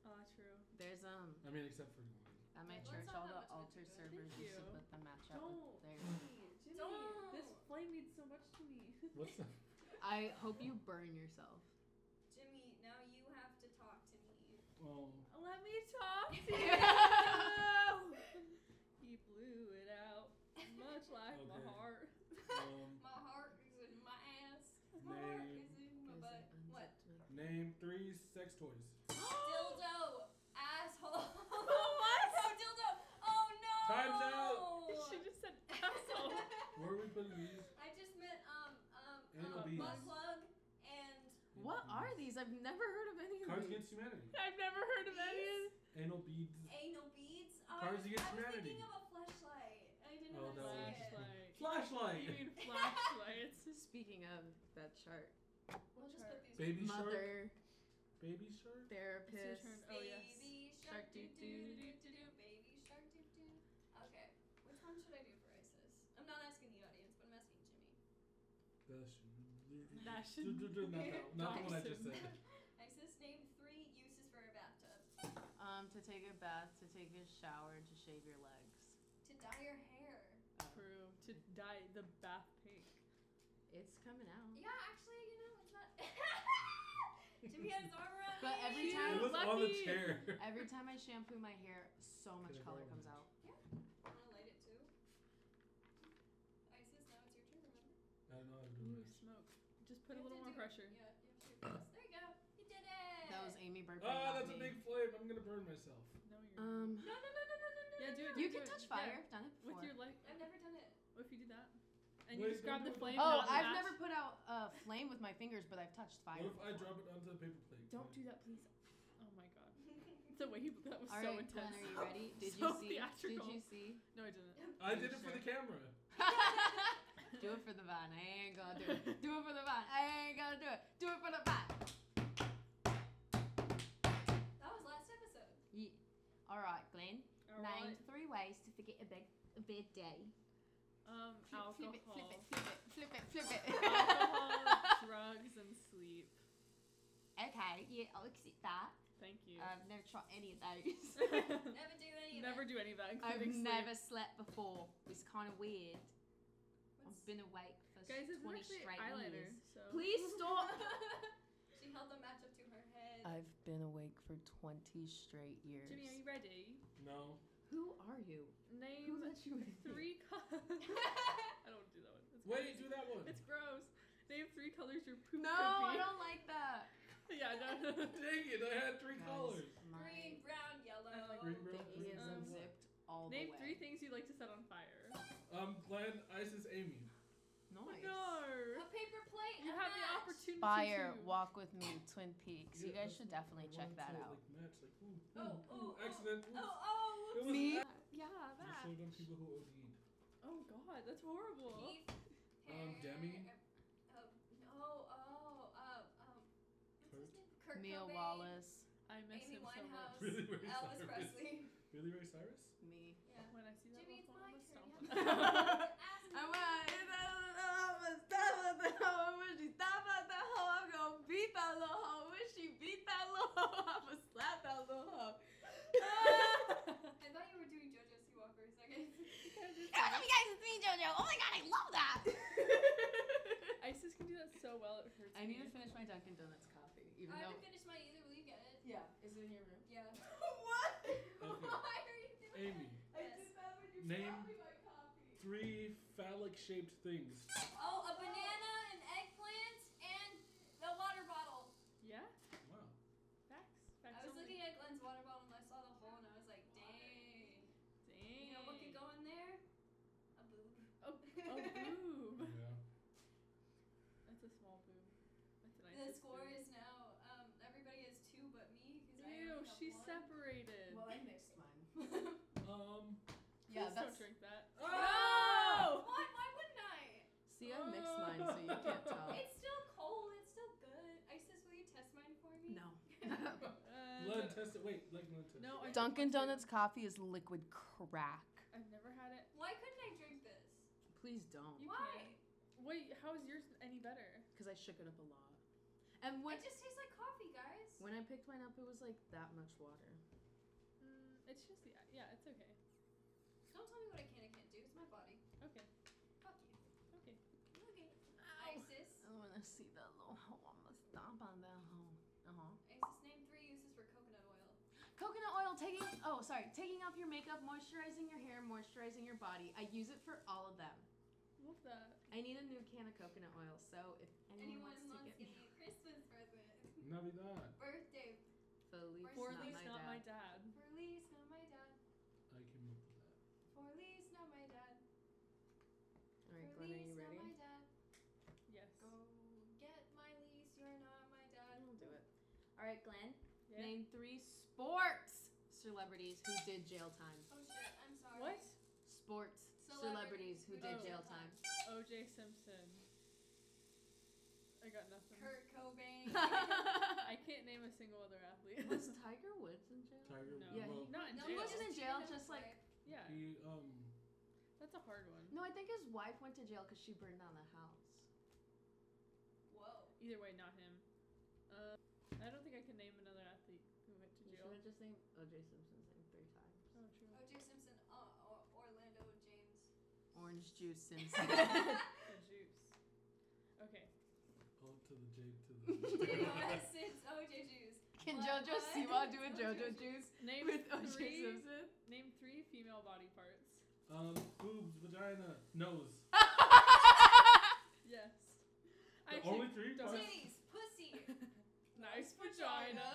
[SPEAKER 2] Ah, true.
[SPEAKER 5] *laughs* There's um
[SPEAKER 4] I mean, except for Glenn.
[SPEAKER 5] at my
[SPEAKER 3] Well, it's
[SPEAKER 5] church
[SPEAKER 3] not
[SPEAKER 5] all
[SPEAKER 3] that
[SPEAKER 5] the
[SPEAKER 3] much of a
[SPEAKER 5] altar
[SPEAKER 3] difference.
[SPEAKER 5] servers
[SPEAKER 2] Thank
[SPEAKER 5] used to
[SPEAKER 2] you.
[SPEAKER 5] put the match out
[SPEAKER 2] Don't.
[SPEAKER 5] with their.
[SPEAKER 2] Jimmy,
[SPEAKER 3] Don't.
[SPEAKER 2] this flame means so much to me.
[SPEAKER 3] *laughs*
[SPEAKER 2] *laughs*
[SPEAKER 4] What's the *laughs*
[SPEAKER 5] I hope you burn yourself.
[SPEAKER 3] Jimmy, now you have to talk
[SPEAKER 5] *laughs*
[SPEAKER 3] to me. *laughs*
[SPEAKER 4] um?
[SPEAKER 2] Let me talk to you. he blew it out, much like my
[SPEAKER 4] Okay.
[SPEAKER 3] *laughs*
[SPEAKER 2] heart.
[SPEAKER 4] Um,
[SPEAKER 3] My heart is in my ass. My heart
[SPEAKER 4] name,
[SPEAKER 3] is in my
[SPEAKER 5] Is it
[SPEAKER 3] butt. What?
[SPEAKER 5] unzipped with-
[SPEAKER 4] um, name three sex toys.
[SPEAKER 3] *gasps* Dildo. Asshole.
[SPEAKER 2] What?
[SPEAKER 3] No, *laughs* dildo. Oh no.
[SPEAKER 4] Time's
[SPEAKER 3] *laughs*
[SPEAKER 4] out.
[SPEAKER 2] she just said asshole.
[SPEAKER 4] Where are we putting these?
[SPEAKER 3] I just meant um um um,
[SPEAKER 4] Anal beads.
[SPEAKER 3] butt plug and
[SPEAKER 5] What are these? I've never heard of any
[SPEAKER 4] Cards
[SPEAKER 5] of these.
[SPEAKER 4] Against Humanity.
[SPEAKER 2] I've never heard of any. of-
[SPEAKER 4] Anal beads.
[SPEAKER 3] anal beads. Oh, I was, I
[SPEAKER 4] Cards Against
[SPEAKER 3] was
[SPEAKER 4] Humanity.
[SPEAKER 3] thinking of a flashlight. I didn't
[SPEAKER 4] Oh, that
[SPEAKER 3] understand.
[SPEAKER 4] was-
[SPEAKER 2] Flashlight. You
[SPEAKER 4] Flashlight.
[SPEAKER 2] mean flashlights?
[SPEAKER 5] Speaking of that chart,
[SPEAKER 3] We'll just put these.
[SPEAKER 4] Baby shark.
[SPEAKER 5] mother,
[SPEAKER 4] Baby shark.
[SPEAKER 5] therapist.
[SPEAKER 2] turn. Oh, yes.
[SPEAKER 3] Baby shark
[SPEAKER 5] Shark doo
[SPEAKER 3] doo doo
[SPEAKER 5] doo.
[SPEAKER 3] doo doo doo. Baby shark doo doo. Okay, which one should I do for Isis? I'm not asking the audience, but I'm asking Jimmy.
[SPEAKER 2] That
[SPEAKER 4] Not
[SPEAKER 2] should.
[SPEAKER 4] that one. Not the one I just said.
[SPEAKER 3] Isis, name three uses for a bathtub.
[SPEAKER 5] Um, to take a bath, to take a shower, and to shave your legs.
[SPEAKER 3] To dye your hair.
[SPEAKER 2] True. To dye the bath pink.
[SPEAKER 5] It's coming out.
[SPEAKER 3] Yeah, actually, you know, it's not. *laughs* Jimmy has his arm around
[SPEAKER 5] But
[SPEAKER 3] me.
[SPEAKER 5] every
[SPEAKER 4] It
[SPEAKER 5] time-
[SPEAKER 4] was on the
[SPEAKER 2] Lucky.
[SPEAKER 4] chair.
[SPEAKER 5] Every time I shampoo my hair, so much
[SPEAKER 4] Could've
[SPEAKER 5] color
[SPEAKER 4] gone
[SPEAKER 5] comes
[SPEAKER 4] with
[SPEAKER 5] out.
[SPEAKER 3] Want to light it too? Isis, now it's your turn. Remember?
[SPEAKER 4] I don't know how to do
[SPEAKER 2] Ooh,
[SPEAKER 4] this.
[SPEAKER 2] smoke. Just put a
[SPEAKER 3] You have
[SPEAKER 2] little
[SPEAKER 3] to
[SPEAKER 2] more
[SPEAKER 3] do-
[SPEAKER 2] pressure.
[SPEAKER 3] Yeah, you have to do this. There you go. You did it.
[SPEAKER 5] That was Amy burping.
[SPEAKER 4] Ah,
[SPEAKER 5] not
[SPEAKER 4] that's a
[SPEAKER 5] me.
[SPEAKER 4] big flame. I'm gonna burn myself.
[SPEAKER 2] No, you're.
[SPEAKER 5] Um,
[SPEAKER 3] No, no, no, no, no, no, no.
[SPEAKER 2] yeah, do it. do
[SPEAKER 5] you
[SPEAKER 2] it, do
[SPEAKER 5] can
[SPEAKER 2] it.
[SPEAKER 5] touch
[SPEAKER 2] Yeah.
[SPEAKER 5] fire. I've done it before.
[SPEAKER 2] With your leg,
[SPEAKER 3] I've never done it. *laughs*
[SPEAKER 2] if you do that, and
[SPEAKER 4] Wait,
[SPEAKER 2] you just grab
[SPEAKER 4] don't
[SPEAKER 2] the
[SPEAKER 4] do it.
[SPEAKER 2] flame.
[SPEAKER 5] oh,
[SPEAKER 2] not the
[SPEAKER 5] I've
[SPEAKER 2] match.
[SPEAKER 5] never put out a flame with my fingers, but I've touched fire.
[SPEAKER 4] What if I drop it onto the paper plate?
[SPEAKER 2] Don't do that, please. Oh my god. The way he that was
[SPEAKER 5] All
[SPEAKER 2] so
[SPEAKER 5] right, Glenn,
[SPEAKER 2] intense.
[SPEAKER 5] are you ready?
[SPEAKER 4] *laughs*
[SPEAKER 5] Did
[SPEAKER 2] So
[SPEAKER 5] you see?
[SPEAKER 2] theatrical.
[SPEAKER 5] Did you see?
[SPEAKER 2] No, I didn't.
[SPEAKER 4] I did it for the camera.
[SPEAKER 5] do it for the vine. I ain't gonna do
[SPEAKER 4] *laughs*
[SPEAKER 5] it. Do it for the vine. I ain't gonna do it. Do it for the vine.
[SPEAKER 3] That was last episode.
[SPEAKER 5] Ye- All right, Glenn.
[SPEAKER 2] All
[SPEAKER 5] Name
[SPEAKER 2] right.
[SPEAKER 5] three ways to forget a big, a big day.
[SPEAKER 2] Um,
[SPEAKER 5] Flip
[SPEAKER 2] alcohol,
[SPEAKER 5] it, flip it, flip it, flip it, flip it.
[SPEAKER 2] *laughs* alcohol, drugs, and sleep.
[SPEAKER 5] *laughs* okay, yeah, I'll accept that.
[SPEAKER 2] Thank you.
[SPEAKER 5] I've never tried any of those.
[SPEAKER 3] Never do any of
[SPEAKER 2] *laughs* never
[SPEAKER 3] it.
[SPEAKER 2] do any of that,
[SPEAKER 5] I've
[SPEAKER 2] including sleep.
[SPEAKER 5] never slept before. It's kind of weird.
[SPEAKER 3] What's-
[SPEAKER 5] I've been awake for
[SPEAKER 2] Guys, it's
[SPEAKER 5] 20
[SPEAKER 2] actually
[SPEAKER 5] straight
[SPEAKER 2] eyeliner.
[SPEAKER 5] years.
[SPEAKER 2] So.
[SPEAKER 5] Please
[SPEAKER 2] *laughs*
[SPEAKER 5] stop.
[SPEAKER 3] she held the match up to her head.
[SPEAKER 5] I've been awake for 20 straight years.
[SPEAKER 2] Jimmy, are you ready?
[SPEAKER 4] No.
[SPEAKER 5] Who are you?
[SPEAKER 2] Name
[SPEAKER 5] Who let you in?
[SPEAKER 2] three colors. *laughs* I don't do that one. It's
[SPEAKER 4] Wait,
[SPEAKER 2] gross.
[SPEAKER 4] do that one.
[SPEAKER 2] It's gross. Name three colors your poop
[SPEAKER 5] *laughs* No,
[SPEAKER 2] could
[SPEAKER 5] I
[SPEAKER 2] be.
[SPEAKER 5] don't like that.
[SPEAKER 2] *laughs* Yeah, no, no.
[SPEAKER 4] *laughs* Dang
[SPEAKER 3] *laughs*
[SPEAKER 4] it! I had three
[SPEAKER 5] Guys,
[SPEAKER 4] colors.
[SPEAKER 5] my
[SPEAKER 3] Green, brown, yellow.
[SPEAKER 2] like
[SPEAKER 4] Green, brown,
[SPEAKER 5] thingy is
[SPEAKER 4] green, brown,
[SPEAKER 2] um,
[SPEAKER 4] black.
[SPEAKER 5] unzipped all the
[SPEAKER 2] Name
[SPEAKER 5] way.
[SPEAKER 2] three things you like to set on fire.
[SPEAKER 4] Um, Glenn, Isis, Amy.
[SPEAKER 5] Nice.
[SPEAKER 2] No.
[SPEAKER 3] A paper plate.
[SPEAKER 2] You
[SPEAKER 3] a
[SPEAKER 2] have the
[SPEAKER 3] match.
[SPEAKER 2] opportunity
[SPEAKER 5] Fire,
[SPEAKER 2] to.
[SPEAKER 5] Walk with Me, Twin Peaks. You
[SPEAKER 4] Yeah,
[SPEAKER 5] guys
[SPEAKER 4] that's
[SPEAKER 5] should
[SPEAKER 4] what I
[SPEAKER 5] definitely
[SPEAKER 4] wanted
[SPEAKER 5] check
[SPEAKER 4] to,
[SPEAKER 5] that out.
[SPEAKER 4] Like, match, like, ooh,
[SPEAKER 3] Oh,
[SPEAKER 4] ooh,
[SPEAKER 3] oh,
[SPEAKER 4] ooh,
[SPEAKER 3] oh.
[SPEAKER 4] accident. ooh.
[SPEAKER 3] Oh, oh.
[SPEAKER 4] It was
[SPEAKER 5] Me?
[SPEAKER 4] an
[SPEAKER 2] Yeah,
[SPEAKER 4] You
[SPEAKER 2] that.
[SPEAKER 4] showed them people who OD'd.
[SPEAKER 2] Oh god, that's horrible.
[SPEAKER 3] Keith,
[SPEAKER 4] Um, Demi?
[SPEAKER 3] Oh, no. Oh, uh, um. What's his name? Kurt
[SPEAKER 5] Mia
[SPEAKER 3] Cobain,
[SPEAKER 5] Wallace.
[SPEAKER 2] I miss
[SPEAKER 3] Amy
[SPEAKER 2] him so
[SPEAKER 3] Winehouse.
[SPEAKER 2] much. *laughs*
[SPEAKER 4] *laughs* Really, we're
[SPEAKER 3] *laughs* Elvis
[SPEAKER 4] sorry. *laughs*
[SPEAKER 3] Presley.
[SPEAKER 4] Really, Ray Cyrus?
[SPEAKER 5] Me.
[SPEAKER 3] Yeah.
[SPEAKER 2] When I see that
[SPEAKER 3] Jimmy, it's
[SPEAKER 2] before,
[SPEAKER 3] my
[SPEAKER 2] I'm
[SPEAKER 3] turn. You have
[SPEAKER 2] gonna stomp on it. *laughs*
[SPEAKER 3] to ask me.
[SPEAKER 8] I'm gonna stop at the hoe. When she stop at the hoe, I'm gonna beat that little hoe. When she beat that little hoe, *laughs* I'm gonna slap that little hoe.
[SPEAKER 3] I thought you were doing JoJo Siwa for a second.
[SPEAKER 8] you guys, it's me, JoJo. Oh my god, I love *laughs* that.
[SPEAKER 2] ISIS can do that so well, it hurts
[SPEAKER 5] I
[SPEAKER 2] me.
[SPEAKER 5] need to finish my Dunkin' Donuts coffee, even
[SPEAKER 3] I
[SPEAKER 5] though.
[SPEAKER 3] haven't finished mine either. Will you get it?
[SPEAKER 5] *laughs* Yeah. Is it in your room?
[SPEAKER 3] Yeah.
[SPEAKER 8] *laughs* what? *laughs*
[SPEAKER 3] Why are you doing
[SPEAKER 4] Amy,
[SPEAKER 3] that? Yes.
[SPEAKER 8] that when
[SPEAKER 4] Name- brought
[SPEAKER 8] me my coffee.
[SPEAKER 4] three phallic shaped things.
[SPEAKER 3] Oh, a banana, an eggplant, and the water bottle.
[SPEAKER 2] *laughs* Yeah?
[SPEAKER 4] Wow.
[SPEAKER 2] Facts. Facts
[SPEAKER 3] I was
[SPEAKER 2] only.
[SPEAKER 3] looking at Glenn's water bottle and I saw the hole and I was like, dang.
[SPEAKER 2] Dang.
[SPEAKER 3] You know what could go in there? A boob.
[SPEAKER 2] Oh, oh
[SPEAKER 8] *laughs*
[SPEAKER 3] *laughs*
[SPEAKER 2] boob.
[SPEAKER 4] Yeah.
[SPEAKER 2] That's a small boob. That's an
[SPEAKER 3] The
[SPEAKER 2] ISIS
[SPEAKER 3] score
[SPEAKER 2] boob.
[SPEAKER 3] is now um, everybody has two but me because I
[SPEAKER 2] Ew,
[SPEAKER 3] only have
[SPEAKER 2] she's
[SPEAKER 3] one. *laughs*
[SPEAKER 2] separated.
[SPEAKER 5] Well, I mixed *laughs* mine.
[SPEAKER 4] Um, ah!
[SPEAKER 5] yeah,
[SPEAKER 2] Please
[SPEAKER 5] that's.
[SPEAKER 2] don't drink that.
[SPEAKER 3] Oh! What? Why wouldn't I?
[SPEAKER 5] See, I mixed mine, so you can't tell.
[SPEAKER 3] It's still cold. It's still good. Isis, will you test mine for me?
[SPEAKER 5] No. *laughs*
[SPEAKER 2] Uh,
[SPEAKER 4] blood test it. Wait, like blood test.
[SPEAKER 2] no, I don't
[SPEAKER 8] Dunkin'
[SPEAKER 2] want to.
[SPEAKER 8] Donuts coffee is liquid crack.
[SPEAKER 2] I've never had it.
[SPEAKER 3] *laughs* Why couldn't I drink this?
[SPEAKER 5] Please don't,
[SPEAKER 2] You
[SPEAKER 3] Why?
[SPEAKER 2] can't. Wait, how is yours any better?
[SPEAKER 5] because I shook it up a lot. And when
[SPEAKER 3] It just tastes like coffee, guys.
[SPEAKER 5] when I picked mine up, it was like that much water.
[SPEAKER 2] Mm, it's just the yeah, it's okay.
[SPEAKER 3] Don't tell me what I can and can't do. It's my body.
[SPEAKER 2] Okay,
[SPEAKER 3] Fuck you.
[SPEAKER 2] okay.
[SPEAKER 3] Okay.
[SPEAKER 5] Oh.
[SPEAKER 3] Isis.
[SPEAKER 5] I want to see that little hoe. I'm gonna stomp on that hoe. Uh huh.
[SPEAKER 3] Isis, name three uses for coconut oil.
[SPEAKER 5] Coconut oil taking oh sorry taking off your makeup, moisturizing your hair, moisturizing your body. I use it for all of them.
[SPEAKER 2] Love that.
[SPEAKER 5] I need a new can of coconut oil, so if anyone,
[SPEAKER 3] Anyone
[SPEAKER 5] wants
[SPEAKER 3] wants
[SPEAKER 5] to
[SPEAKER 3] to
[SPEAKER 5] get me,
[SPEAKER 3] be a Christmas present.
[SPEAKER 4] Navidad.
[SPEAKER 3] Birthday.
[SPEAKER 5] Feliz
[SPEAKER 3] Or
[SPEAKER 2] Or
[SPEAKER 3] at
[SPEAKER 2] at
[SPEAKER 5] not
[SPEAKER 2] least
[SPEAKER 5] my
[SPEAKER 2] not
[SPEAKER 5] dad.
[SPEAKER 2] my dad.
[SPEAKER 3] For Lee's not my dad.
[SPEAKER 4] I came up with that.
[SPEAKER 3] For Lee's not my dad.
[SPEAKER 5] All right, Glenn, are
[SPEAKER 3] For Lee's
[SPEAKER 5] you
[SPEAKER 3] not
[SPEAKER 5] ready?
[SPEAKER 3] my dad.
[SPEAKER 2] Yes.
[SPEAKER 3] Go get my Lee's. You're not my dad.
[SPEAKER 5] I'll do it. All right, Glenn.
[SPEAKER 2] Yeah.
[SPEAKER 5] Name three sports celebrities who did jail time.
[SPEAKER 3] Oh shit. I'm sorry.
[SPEAKER 2] What?
[SPEAKER 5] Sports
[SPEAKER 3] Celebrities
[SPEAKER 5] celebrities,
[SPEAKER 3] who
[SPEAKER 5] who
[SPEAKER 2] did
[SPEAKER 5] did
[SPEAKER 2] jail
[SPEAKER 5] jail
[SPEAKER 3] time.
[SPEAKER 5] time.
[SPEAKER 2] OJ Simpson. I got nothing.
[SPEAKER 5] *laughs*
[SPEAKER 3] Kurt Cobain.
[SPEAKER 2] *laughs* I can't name a single other
[SPEAKER 5] *laughs*
[SPEAKER 2] athlete.
[SPEAKER 5] Was Tiger Woods in jail?
[SPEAKER 4] Tiger.
[SPEAKER 2] No.
[SPEAKER 5] Yeah,
[SPEAKER 4] well,
[SPEAKER 2] Not in
[SPEAKER 3] No,
[SPEAKER 5] He
[SPEAKER 2] jail.
[SPEAKER 5] wasn't in jail,
[SPEAKER 3] cheated on
[SPEAKER 5] just
[SPEAKER 3] his
[SPEAKER 5] like-
[SPEAKER 3] wife.
[SPEAKER 2] yeah,
[SPEAKER 4] he um.
[SPEAKER 2] that's a hard one.
[SPEAKER 5] No, I think his wife went to jail because she burned down the house.
[SPEAKER 3] Whoa.
[SPEAKER 2] Either way, not him. Um, I don't think I can name another athlete who went to
[SPEAKER 5] You
[SPEAKER 2] jail.
[SPEAKER 5] should have just named O.J. Simpson's name three times.
[SPEAKER 2] Oh, true.
[SPEAKER 3] OJ Simpson. Uh, or Orlando James.
[SPEAKER 5] *laughs*
[SPEAKER 3] *laughs*
[SPEAKER 5] Orange Juice Simpson.
[SPEAKER 3] Did
[SPEAKER 2] The juice. Okay.
[SPEAKER 4] Oh, to the J, to the.
[SPEAKER 2] *laughs*
[SPEAKER 3] you notice it's OJ Juice?
[SPEAKER 5] Can
[SPEAKER 3] What?
[SPEAKER 5] JoJo
[SPEAKER 3] What?
[SPEAKER 5] Siwa do a
[SPEAKER 3] Don't
[SPEAKER 5] JoJo
[SPEAKER 3] judge
[SPEAKER 5] Juice
[SPEAKER 2] Name
[SPEAKER 5] with oh, O.J.
[SPEAKER 2] three.
[SPEAKER 5] *laughs* Simpson?
[SPEAKER 2] Name three female body parts.
[SPEAKER 4] um, boobs, vagina, nose.
[SPEAKER 2] Yes.
[SPEAKER 4] The only three
[SPEAKER 2] don't-
[SPEAKER 4] parts.
[SPEAKER 3] Titties, pussy.
[SPEAKER 2] nice
[SPEAKER 5] *laughs*
[SPEAKER 2] vagina.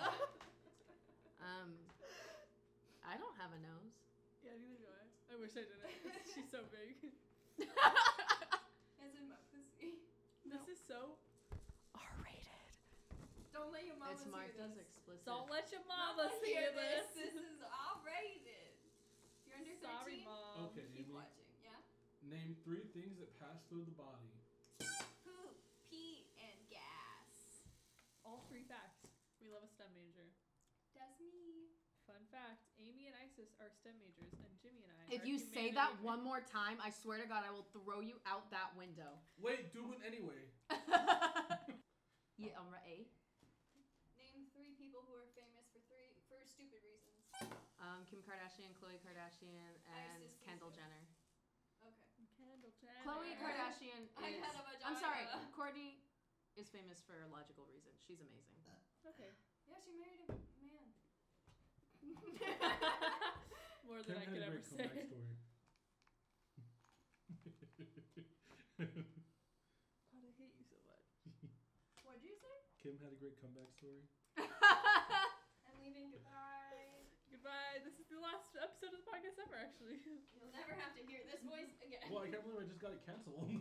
[SPEAKER 5] Um, I don't have a nose.
[SPEAKER 2] yeah, neither do I. I wish I didn't.
[SPEAKER 5] *laughs*
[SPEAKER 2] *laughs* 'cause She's so big.
[SPEAKER 3] As in my pussy.
[SPEAKER 2] This is so.
[SPEAKER 9] R-rated.
[SPEAKER 3] *laughs* Don't let your mama
[SPEAKER 5] it's marked as explicit.
[SPEAKER 2] Don't let your
[SPEAKER 3] Mama
[SPEAKER 2] mama see
[SPEAKER 3] hear this.
[SPEAKER 2] this.
[SPEAKER 3] This is all rated. You're under 13.
[SPEAKER 2] Sorry, mom.
[SPEAKER 4] Okay,
[SPEAKER 3] Keep
[SPEAKER 4] Amy.
[SPEAKER 3] watching. Yeah.
[SPEAKER 4] Name three things that pass through the body.
[SPEAKER 3] Poop, pee, and gas.
[SPEAKER 2] All three facts. We love a STEM major.
[SPEAKER 3] That's me.
[SPEAKER 2] Fun fact: Amy and Isis are STEM majors, and Jimmy and I.
[SPEAKER 5] If
[SPEAKER 2] are
[SPEAKER 5] you say that
[SPEAKER 2] humanities
[SPEAKER 5] one more time, I swear to God, I will throw you out that window.
[SPEAKER 3] *laughs*
[SPEAKER 4] Wait, do it anyway.
[SPEAKER 5] yeah, I'm right.
[SPEAKER 3] Name three people who are famous for three for stupid reasons.
[SPEAKER 5] Um, Kim Kardashian, Khloe Kardashian, and
[SPEAKER 3] Isis is
[SPEAKER 5] Kendall
[SPEAKER 3] good.
[SPEAKER 5] Jenner.
[SPEAKER 3] Okay.
[SPEAKER 2] major. Kendall Jenner.
[SPEAKER 5] Khloe Kardashian
[SPEAKER 3] I
[SPEAKER 5] is.
[SPEAKER 3] had a vagina.
[SPEAKER 5] I'm sorry, Courtney is famous for logical reasons. She's
[SPEAKER 3] *laughs*
[SPEAKER 5] amazing. *laughs*
[SPEAKER 2] Okay.
[SPEAKER 3] Yeah, she married a man.
[SPEAKER 2] More
[SPEAKER 4] Kim
[SPEAKER 2] than I
[SPEAKER 4] had a
[SPEAKER 2] could ever
[SPEAKER 4] great comeback
[SPEAKER 2] *laughs* say.
[SPEAKER 4] story. *laughs*
[SPEAKER 2] God, I hate you so much.
[SPEAKER 3] What'd you say?
[SPEAKER 4] Kim had a great comeback story.
[SPEAKER 3] I'm leaving. Goodbye.
[SPEAKER 2] Goodbye. This is the last episode of the podcast ever, actually. *laughs*
[SPEAKER 3] You'll never have to hear this voice again.
[SPEAKER 4] Well, I can't believe I just got it canceled. *laughs*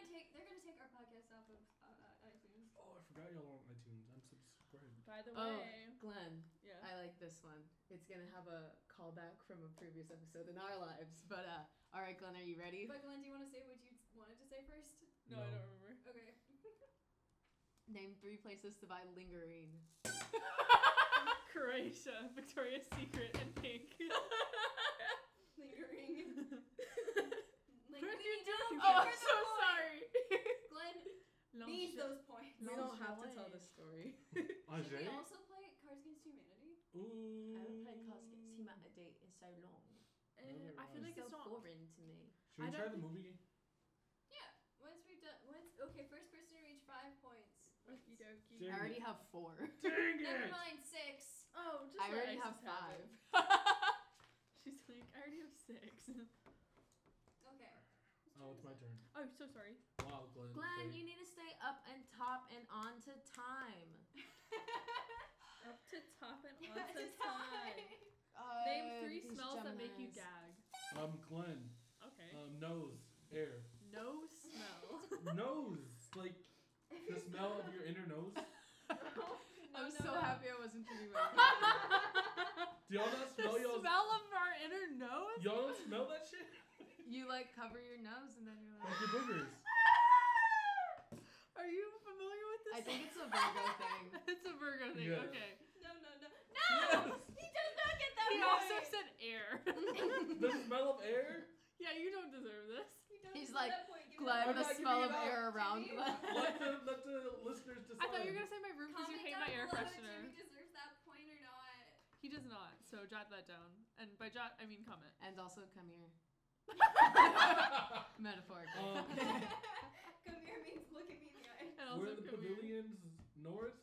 [SPEAKER 3] They're gonna take. They're gonna take our podcast off of uh, iTunes.
[SPEAKER 4] Oh, I forgot y'all are on iTunes. I'm subscribed.
[SPEAKER 2] By the
[SPEAKER 5] Oh.
[SPEAKER 2] way,
[SPEAKER 5] Glenn,
[SPEAKER 2] yeah.
[SPEAKER 5] I like this one. It's gonna have a callback from a previous episode in our lives. But uh, all right, Glenn, are you ready?
[SPEAKER 3] But Glenn, do you want to say what you wanted to say first?
[SPEAKER 2] No, I
[SPEAKER 4] No.
[SPEAKER 2] don't *laughs* remember.
[SPEAKER 3] Okay. *laughs*
[SPEAKER 5] Name three places to buy lingerine.
[SPEAKER 2] Croatia, Victoria's Secret, and *laughs* Pink.
[SPEAKER 3] *laughs* Lingering.
[SPEAKER 2] what are you
[SPEAKER 3] Lingering.
[SPEAKER 2] doing?
[SPEAKER 3] give
[SPEAKER 2] Oh,
[SPEAKER 3] her
[SPEAKER 2] I'm
[SPEAKER 3] the
[SPEAKER 2] so
[SPEAKER 3] point.
[SPEAKER 2] sorry.
[SPEAKER 3] Glenn,
[SPEAKER 2] *laughs*
[SPEAKER 3] these those points.
[SPEAKER 5] We don't have to tell the story.
[SPEAKER 3] Should we also play Cards Against Humanity?
[SPEAKER 4] Ooh.
[SPEAKER 8] Humanity is so long.
[SPEAKER 2] Uh, I
[SPEAKER 4] It's
[SPEAKER 2] feel like it's not.
[SPEAKER 8] foreign to me.
[SPEAKER 4] Should we
[SPEAKER 2] I
[SPEAKER 4] try
[SPEAKER 2] don't
[SPEAKER 4] the movie?
[SPEAKER 3] Yeah. Once we're done, once okay, first person to reach five points.
[SPEAKER 2] Okie
[SPEAKER 3] wins.
[SPEAKER 2] dokie.
[SPEAKER 4] Dang
[SPEAKER 5] I already
[SPEAKER 4] it.
[SPEAKER 5] have four.
[SPEAKER 4] Dang
[SPEAKER 3] Never
[SPEAKER 4] it!
[SPEAKER 3] mind, six.
[SPEAKER 2] Oh, just
[SPEAKER 5] *laughs* I
[SPEAKER 2] let
[SPEAKER 5] already
[SPEAKER 2] Isis
[SPEAKER 5] have
[SPEAKER 2] it.
[SPEAKER 5] five.
[SPEAKER 2] *laughs* She's like, I already have six. *laughs*
[SPEAKER 3] *laughs* Okay.
[SPEAKER 4] Oh, it's my turn.
[SPEAKER 2] Oh, so sorry.
[SPEAKER 4] Wow, Glenn.
[SPEAKER 8] Glenn,
[SPEAKER 4] fake.
[SPEAKER 8] you need to stay up and top and on to time.
[SPEAKER 2] Up to top *laughs*
[SPEAKER 3] *laughs*
[SPEAKER 2] and on
[SPEAKER 3] That's
[SPEAKER 2] to
[SPEAKER 3] a
[SPEAKER 2] time.
[SPEAKER 3] tie.
[SPEAKER 2] Name
[SPEAKER 5] Uh,
[SPEAKER 2] three smells that make you gag.
[SPEAKER 4] Um, Glenn.
[SPEAKER 2] Okay.
[SPEAKER 4] Um, nose. Air.
[SPEAKER 2] no smell.
[SPEAKER 4] nose. Like the smell of your inner nose.
[SPEAKER 5] *laughs* I'm
[SPEAKER 3] *laughs* no,
[SPEAKER 5] so
[SPEAKER 3] no.
[SPEAKER 5] happy I wasn't thinking
[SPEAKER 2] *laughs*
[SPEAKER 5] about that.
[SPEAKER 4] Do y'all not
[SPEAKER 2] the
[SPEAKER 4] smell y'all's?
[SPEAKER 2] smell of our inner nose?
[SPEAKER 4] Y'all don't smell that shit?
[SPEAKER 5] You like cover your nose and then you're like.
[SPEAKER 4] Like your
[SPEAKER 2] *laughs*
[SPEAKER 4] boogers.
[SPEAKER 2] Are you familiar with this?
[SPEAKER 5] I think *laughs* it's a Virgo thing.
[SPEAKER 2] *laughs* it's a Virgo thing.
[SPEAKER 4] Yeah.
[SPEAKER 2] Okay.
[SPEAKER 3] No, no, no.
[SPEAKER 4] Yes.
[SPEAKER 3] He does not get that
[SPEAKER 2] He
[SPEAKER 3] point.
[SPEAKER 2] also said air. *laughs*
[SPEAKER 4] The smell of air?
[SPEAKER 2] yeah, you don't deserve this.
[SPEAKER 3] He does
[SPEAKER 5] He's
[SPEAKER 3] get
[SPEAKER 5] like,
[SPEAKER 3] that point.
[SPEAKER 5] *laughs*
[SPEAKER 3] Give me
[SPEAKER 5] Glad
[SPEAKER 4] I'm
[SPEAKER 5] the
[SPEAKER 4] not giving
[SPEAKER 5] smell
[SPEAKER 4] it
[SPEAKER 5] of
[SPEAKER 4] up.
[SPEAKER 5] air around
[SPEAKER 3] Give me
[SPEAKER 5] Glenn.
[SPEAKER 2] *laughs*
[SPEAKER 3] it
[SPEAKER 4] Let the, let the listeners decide.
[SPEAKER 2] I thought you were gonna say my room because you
[SPEAKER 3] Comment
[SPEAKER 2] hate
[SPEAKER 3] down
[SPEAKER 2] my air
[SPEAKER 3] below if
[SPEAKER 2] freshener.
[SPEAKER 3] Jimmy deserves that point or not.
[SPEAKER 2] He does not. So jot that down. And by jot, I mean comment.
[SPEAKER 5] And also, come here.
[SPEAKER 4] *laughs* gonna.
[SPEAKER 2] Oh,
[SPEAKER 5] Metaphorically.
[SPEAKER 4] Um,
[SPEAKER 2] *laughs*
[SPEAKER 4] *laughs*
[SPEAKER 3] Come here means look at me in the eye.
[SPEAKER 2] And
[SPEAKER 4] Where
[SPEAKER 2] also
[SPEAKER 4] the
[SPEAKER 2] come here.
[SPEAKER 4] pavilions north?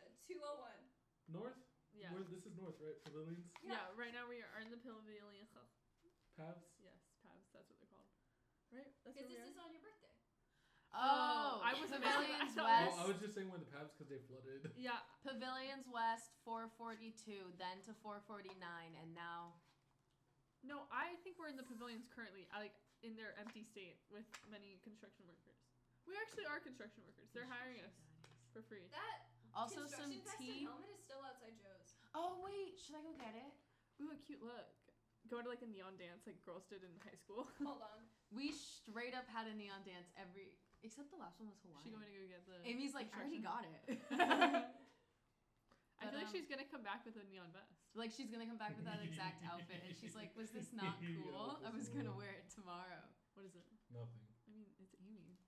[SPEAKER 3] Uh, 201.
[SPEAKER 4] North?
[SPEAKER 2] Yeah.
[SPEAKER 4] Where, this is north, right? Pavilions?
[SPEAKER 2] yeah. Right now we are in the pavilion.
[SPEAKER 4] Paths?
[SPEAKER 2] Yes, paths. That's what they're called. Right. That's
[SPEAKER 3] Because
[SPEAKER 2] what we
[SPEAKER 3] this
[SPEAKER 2] are.
[SPEAKER 3] is on your birthday.
[SPEAKER 5] oh,
[SPEAKER 2] I was-
[SPEAKER 5] Pavilions
[SPEAKER 4] Well,
[SPEAKER 2] *laughs* I thought-
[SPEAKER 5] West.
[SPEAKER 4] Oh, I was just saying where the paths because they flooded.
[SPEAKER 2] Yeah.
[SPEAKER 5] Pavilions West, 442, then to 449, and now.
[SPEAKER 2] No, I think we're in the pavilions currently. I like in their empty state with many construction workers. We actually are construction workers. They're hiring us for free.
[SPEAKER 3] That
[SPEAKER 5] Also, some
[SPEAKER 3] construction vest
[SPEAKER 5] tea.
[SPEAKER 3] and helmet is still outside
[SPEAKER 5] *laughs*
[SPEAKER 3] Joe's.
[SPEAKER 5] Oh, wait, should I go get it?
[SPEAKER 2] Ooh, a cute look. Go to like a neon dance like girls did in high school. *laughs*
[SPEAKER 3] Hold on.
[SPEAKER 5] *laughs* We straight up had a neon dance every. Except the last one was Hawaii.
[SPEAKER 2] She going to go get the.
[SPEAKER 5] Amy's like, I already
[SPEAKER 2] construction.
[SPEAKER 5] got it. *laughs*
[SPEAKER 2] I *laughs*
[SPEAKER 5] But,
[SPEAKER 2] feel like
[SPEAKER 5] um,
[SPEAKER 2] she's gonna come back with a neon vest.
[SPEAKER 5] like, she's gonna come back with that exact outfit, and she's like, Was this
[SPEAKER 4] *laughs*
[SPEAKER 5] not
[SPEAKER 4] Yeah,
[SPEAKER 5] cool? I
[SPEAKER 4] this
[SPEAKER 5] was
[SPEAKER 4] is
[SPEAKER 5] gonna
[SPEAKER 4] cool.
[SPEAKER 5] wear it tomorrow.
[SPEAKER 2] What is it?
[SPEAKER 4] Nothing.
[SPEAKER 2] I mean, it's Amy.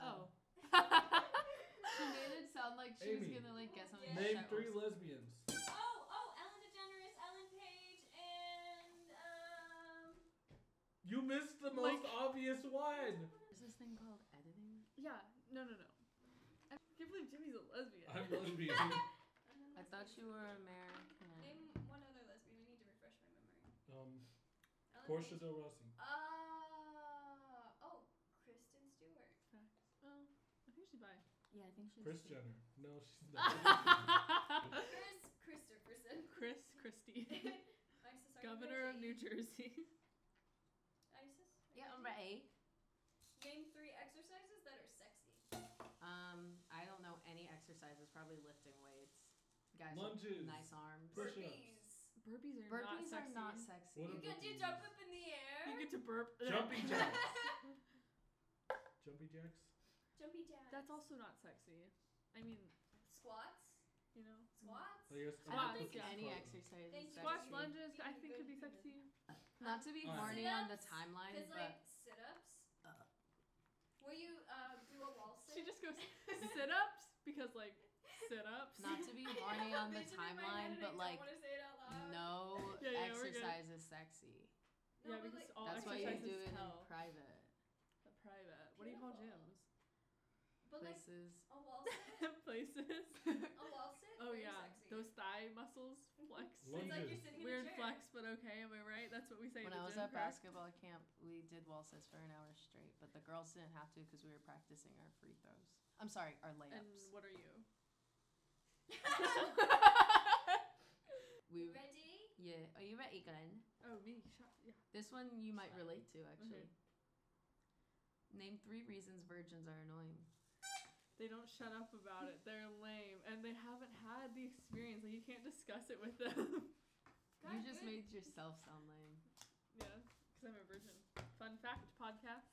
[SPEAKER 5] Oh. she made it sound like she was
[SPEAKER 4] Amy.
[SPEAKER 5] gonna, like, get something.
[SPEAKER 3] Yeah.
[SPEAKER 4] Name
[SPEAKER 5] that
[SPEAKER 4] three
[SPEAKER 5] was-
[SPEAKER 4] lesbians.
[SPEAKER 3] Oh, oh, Ellen DeGeneres, Ellen Page, and um.
[SPEAKER 4] You missed the most
[SPEAKER 2] Like-
[SPEAKER 4] obvious one.
[SPEAKER 5] Is this thing called editing?
[SPEAKER 2] *laughs* Yeah. No, no, no. I can't believe Jimmy's a lesbian.
[SPEAKER 4] I'm
[SPEAKER 5] *laughs*
[SPEAKER 4] lesbian.
[SPEAKER 5] I thought you were American.
[SPEAKER 3] Name one other lesbian. I need to refresh my memory.
[SPEAKER 4] um,
[SPEAKER 3] Ellen
[SPEAKER 4] Portia
[SPEAKER 3] Page.
[SPEAKER 4] de Rossi.
[SPEAKER 3] Uh, oh, Kristen Stewart.
[SPEAKER 2] *laughs* Well, I think she's bi. *laughs*
[SPEAKER 5] Yeah, I think she's.
[SPEAKER 4] Chris Jenner. No,
[SPEAKER 5] *laughs*
[SPEAKER 4] she's not.
[SPEAKER 3] Chris Christopherson. *laughs*
[SPEAKER 2] Chris Christie,
[SPEAKER 5] *laughs*
[SPEAKER 3] ISIS. are you
[SPEAKER 2] governor of New
[SPEAKER 3] ready?
[SPEAKER 2] Jersey.
[SPEAKER 3] ISIS. are you
[SPEAKER 5] Yeah, I'm
[SPEAKER 3] ready?
[SPEAKER 5] right.
[SPEAKER 3] Name three exercises that are sexy.
[SPEAKER 5] Um, I don't know any exercises. Probably lifting weights. Guys, with
[SPEAKER 4] Lunges.
[SPEAKER 5] nice arms.
[SPEAKER 4] Push-ups.
[SPEAKER 3] Burpees.
[SPEAKER 2] Burpees are not
[SPEAKER 5] Burpees
[SPEAKER 2] sexy.
[SPEAKER 5] are not sexy.
[SPEAKER 4] What
[SPEAKER 3] You
[SPEAKER 4] about
[SPEAKER 3] can do
[SPEAKER 4] these?
[SPEAKER 3] jump up in the air.
[SPEAKER 2] You get to burp.
[SPEAKER 5] *laughs*
[SPEAKER 3] *laughs*
[SPEAKER 4] Jumping jacks. Jumpy jacks.
[SPEAKER 3] Jumpy jacks.
[SPEAKER 2] That's also not sexy. I mean,
[SPEAKER 3] Squats.
[SPEAKER 2] you know,
[SPEAKER 3] Squats.
[SPEAKER 4] I
[SPEAKER 2] Oh,
[SPEAKER 4] guess
[SPEAKER 5] I
[SPEAKER 2] Squats,
[SPEAKER 5] don't think
[SPEAKER 2] yeah.
[SPEAKER 5] any
[SPEAKER 4] Squats. *laughs*
[SPEAKER 5] exercise
[SPEAKER 3] Thank
[SPEAKER 5] is
[SPEAKER 3] you.
[SPEAKER 2] squats,
[SPEAKER 5] sexy.
[SPEAKER 2] lunges. I think could
[SPEAKER 3] Good,
[SPEAKER 2] be
[SPEAKER 3] good,
[SPEAKER 2] sexy. *laughs*
[SPEAKER 5] Not to be
[SPEAKER 4] Alright.
[SPEAKER 5] horny on the
[SPEAKER 3] Sit-ups,
[SPEAKER 5] timeline,
[SPEAKER 3] Cause
[SPEAKER 5] but
[SPEAKER 3] like sit ups.
[SPEAKER 5] Uh.
[SPEAKER 3] Will you um, do a wall sit?
[SPEAKER 2] She just
[SPEAKER 3] *laughs*
[SPEAKER 2] goes sit ups because like sit ups.
[SPEAKER 5] not
[SPEAKER 3] *laughs*
[SPEAKER 5] to be
[SPEAKER 3] I
[SPEAKER 5] horny on
[SPEAKER 3] have a
[SPEAKER 5] the
[SPEAKER 3] vision in my head
[SPEAKER 5] timeline, but
[SPEAKER 3] and I don't
[SPEAKER 5] like
[SPEAKER 3] wanna say it out loud.
[SPEAKER 5] no
[SPEAKER 2] *laughs* Yeah, yeah, we're good.
[SPEAKER 5] exercise is sexy.
[SPEAKER 3] No, but,
[SPEAKER 2] yeah, because
[SPEAKER 3] like,
[SPEAKER 2] all
[SPEAKER 5] That's why you
[SPEAKER 2] exercise
[SPEAKER 5] do
[SPEAKER 2] is
[SPEAKER 5] it in
[SPEAKER 2] hell.
[SPEAKER 5] private.
[SPEAKER 2] The private. What do you call
[SPEAKER 3] Beautiful.
[SPEAKER 2] gyms?
[SPEAKER 3] But like
[SPEAKER 5] Places.
[SPEAKER 3] *laughs* a wall sit.
[SPEAKER 2] *laughs*
[SPEAKER 3] *laughs*
[SPEAKER 2] Places.
[SPEAKER 3] A
[SPEAKER 5] *laughs*
[SPEAKER 3] wall sit.
[SPEAKER 2] oh
[SPEAKER 3] very
[SPEAKER 2] yeah,
[SPEAKER 3] Sexy.
[SPEAKER 2] those thigh muscles flex.
[SPEAKER 3] It's like you're
[SPEAKER 4] Lunges.
[SPEAKER 3] sitting
[SPEAKER 2] Weird
[SPEAKER 3] in a chair. *laughs*
[SPEAKER 2] flex, but okay. Am I right? That's what we say.
[SPEAKER 5] When
[SPEAKER 2] in
[SPEAKER 5] I
[SPEAKER 2] the
[SPEAKER 5] was
[SPEAKER 2] gym,
[SPEAKER 5] at
[SPEAKER 2] correct?
[SPEAKER 5] basketball camp, we did wall sits for an hour straight, but the girls didn't have to because we were practicing our free throws. I'm sorry, our
[SPEAKER 2] And *laughs*
[SPEAKER 5] layups. *laughs*
[SPEAKER 2] what are you?
[SPEAKER 5] We
[SPEAKER 3] Ready?
[SPEAKER 5] yeah. Are you ready, Glenn?
[SPEAKER 2] Oh me. Shut, yeah.
[SPEAKER 5] This one you might relate to actually. Name three reasons virgins are annoying.
[SPEAKER 2] They don't shut up about it. They're lame, and they haven't had the experience. Like you can't discuss it with them.
[SPEAKER 3] God,
[SPEAKER 5] you just
[SPEAKER 3] good. *gasps*
[SPEAKER 5] made yourself sound lame.
[SPEAKER 2] yeah, because I'm a virgin. Fun fact podcast.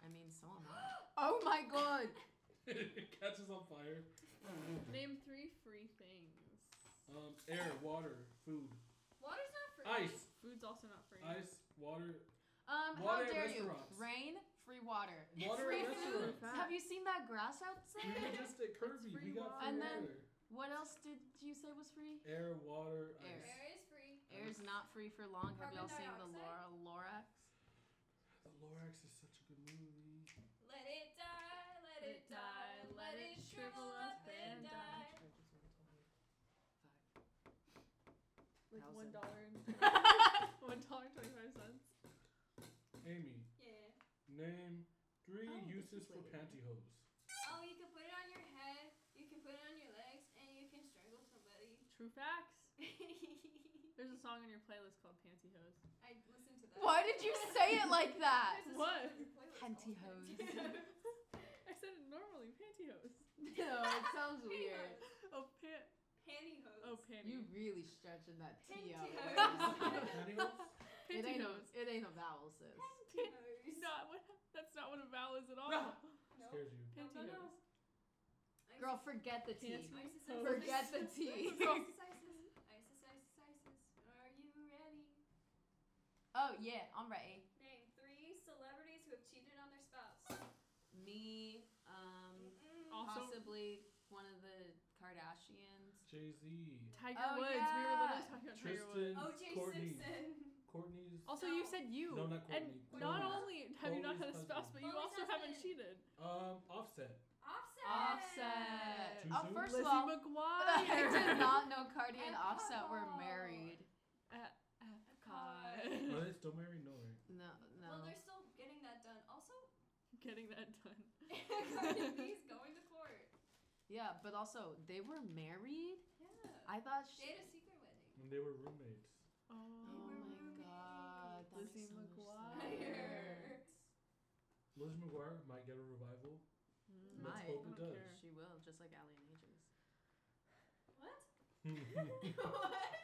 [SPEAKER 3] *gasps*
[SPEAKER 5] I mean, so am I. oh my god!
[SPEAKER 4] Catches on fire.
[SPEAKER 2] Name three free things.
[SPEAKER 4] Um, air, water, food,
[SPEAKER 10] Water's not free.
[SPEAKER 4] ice,
[SPEAKER 2] Food's also not free.
[SPEAKER 4] ice, water.
[SPEAKER 5] *laughs*
[SPEAKER 10] Um,
[SPEAKER 4] Water at
[SPEAKER 10] how dare you?
[SPEAKER 4] restaurants.
[SPEAKER 10] Rain, free water.
[SPEAKER 4] Water
[SPEAKER 10] free
[SPEAKER 4] at
[SPEAKER 10] food.
[SPEAKER 4] restaurants.
[SPEAKER 10] Have you seen that grass
[SPEAKER 4] We were
[SPEAKER 10] outside?
[SPEAKER 4] just at Kirby.
[SPEAKER 2] free
[SPEAKER 4] We got
[SPEAKER 2] water.
[SPEAKER 4] free
[SPEAKER 10] And then-
[SPEAKER 4] water.
[SPEAKER 10] what else did you say was free?
[SPEAKER 4] Air, water,
[SPEAKER 10] Air.
[SPEAKER 4] ice.
[SPEAKER 3] Air is free.
[SPEAKER 5] Air's not free for long. Have y'all seen
[SPEAKER 3] Carbon
[SPEAKER 5] the Laura
[SPEAKER 3] dioxide?
[SPEAKER 5] Lorax?
[SPEAKER 4] The Lorax is such a good movie.
[SPEAKER 3] Let it die, let it die, let it shrivel up and die.
[SPEAKER 2] Like one
[SPEAKER 9] Thousand.
[SPEAKER 5] *laughs*
[SPEAKER 2] dollar and
[SPEAKER 3] *laughs*
[SPEAKER 2] one dollar twenty five cents.
[SPEAKER 4] Amy,
[SPEAKER 3] Yeah.
[SPEAKER 4] name three
[SPEAKER 5] Oh, this
[SPEAKER 4] uses
[SPEAKER 5] is
[SPEAKER 4] for
[SPEAKER 5] later.
[SPEAKER 4] pantyhose.
[SPEAKER 5] *laughs*
[SPEAKER 3] Oh, you can put it on your head, you can put it on your legs, and you can strangle *laughs* somebody.
[SPEAKER 2] True facts.
[SPEAKER 3] I
[SPEAKER 2] There's a song on your playlist called Pantyhose.
[SPEAKER 3] listened to that.
[SPEAKER 10] Why did you say it
[SPEAKER 3] *laughs*
[SPEAKER 10] like that?
[SPEAKER 3] There's a
[SPEAKER 2] What?
[SPEAKER 3] song on your playlist called
[SPEAKER 10] Pantyhose.
[SPEAKER 3] Pantyhose.
[SPEAKER 2] I said it normally, pantyhose.
[SPEAKER 5] No, it sounds weird.
[SPEAKER 2] Oh pant
[SPEAKER 3] *laughs* Pantyhose.
[SPEAKER 2] oh panty.
[SPEAKER 5] You really stretching that T out. *laughs*
[SPEAKER 3] Pantyhose.
[SPEAKER 4] Pantyhose?
[SPEAKER 5] it ain't a,
[SPEAKER 2] Pantyhose.
[SPEAKER 5] it ain't a vowel, sis.
[SPEAKER 3] Pantyhose.
[SPEAKER 2] Not what that's not what a vowel is at all.
[SPEAKER 4] No.
[SPEAKER 3] No.
[SPEAKER 4] Scares you.
[SPEAKER 3] No, no, no.
[SPEAKER 2] Pantyhose.
[SPEAKER 3] Isis-
[SPEAKER 5] Girl, forget the T.
[SPEAKER 2] Panty-
[SPEAKER 3] Isis,
[SPEAKER 2] Hose.
[SPEAKER 3] Isis,
[SPEAKER 5] *laughs* Forget the
[SPEAKER 3] *laughs* Isis,
[SPEAKER 5] T.
[SPEAKER 3] Isis, Isis, Isis, Isis, Isis. Are you ready?
[SPEAKER 5] *laughs* Oh yeah, I'm ready.
[SPEAKER 3] Name three celebrities who have cheated on their spouse.
[SPEAKER 5] Me, um,
[SPEAKER 3] Mm-mm.
[SPEAKER 2] Also
[SPEAKER 5] possibly one of the Kardashians.
[SPEAKER 4] Jay Z.
[SPEAKER 2] Tiger
[SPEAKER 5] Oh,
[SPEAKER 2] Woods. We were
[SPEAKER 5] yeah.
[SPEAKER 2] literally talking about Tiger Woods.
[SPEAKER 4] Tristan.
[SPEAKER 3] O.J.
[SPEAKER 4] Courtney.
[SPEAKER 3] Simpson. *laughs*
[SPEAKER 4] Courtney's.
[SPEAKER 2] Also,
[SPEAKER 3] No.
[SPEAKER 2] you said you.
[SPEAKER 4] No, not
[SPEAKER 2] and
[SPEAKER 4] Courtney.
[SPEAKER 2] not
[SPEAKER 4] Chloe's-
[SPEAKER 2] only have you not had
[SPEAKER 4] Chloe's
[SPEAKER 2] a spouse,
[SPEAKER 4] husband.
[SPEAKER 2] but you
[SPEAKER 3] Chloe's
[SPEAKER 2] also haven't
[SPEAKER 3] husband.
[SPEAKER 2] cheated.
[SPEAKER 4] Um, Offset.
[SPEAKER 3] Offset.
[SPEAKER 5] Offset.
[SPEAKER 4] Too
[SPEAKER 5] Oh,
[SPEAKER 4] soon?
[SPEAKER 5] first
[SPEAKER 2] Lizzie
[SPEAKER 5] of all, *laughs* I
[SPEAKER 2] McGuire.
[SPEAKER 5] did
[SPEAKER 2] *laughs*
[SPEAKER 5] not
[SPEAKER 3] *laughs*
[SPEAKER 5] know Cardi and
[SPEAKER 3] Epcot.
[SPEAKER 5] Offset were married.
[SPEAKER 4] Are
[SPEAKER 2] Epcot.
[SPEAKER 5] *laughs*
[SPEAKER 4] they still married? No, right?
[SPEAKER 5] No, no.
[SPEAKER 3] Well, they're still getting that done. Also, *laughs*
[SPEAKER 2] Getting that done.
[SPEAKER 3] Cardi B's going to court.
[SPEAKER 5] yeah, but also they were married.
[SPEAKER 3] Yeah.
[SPEAKER 5] I thought she.
[SPEAKER 3] They had a secret wedding.
[SPEAKER 4] And they were roommates.
[SPEAKER 5] Oh
[SPEAKER 2] Oh.
[SPEAKER 3] were
[SPEAKER 5] my
[SPEAKER 3] roommates.
[SPEAKER 5] god, that makes
[SPEAKER 2] Lizzie
[SPEAKER 5] so much
[SPEAKER 2] McGuire.
[SPEAKER 5] sense.
[SPEAKER 4] Lizzie McGuire might get a revival. Let's
[SPEAKER 2] Mm.
[SPEAKER 5] Might.
[SPEAKER 4] hope
[SPEAKER 2] I
[SPEAKER 4] it
[SPEAKER 2] don't
[SPEAKER 4] does. *laughs*
[SPEAKER 2] care.
[SPEAKER 5] She will, just like Allie and Aegis.
[SPEAKER 3] *laughs* What?
[SPEAKER 4] *laughs*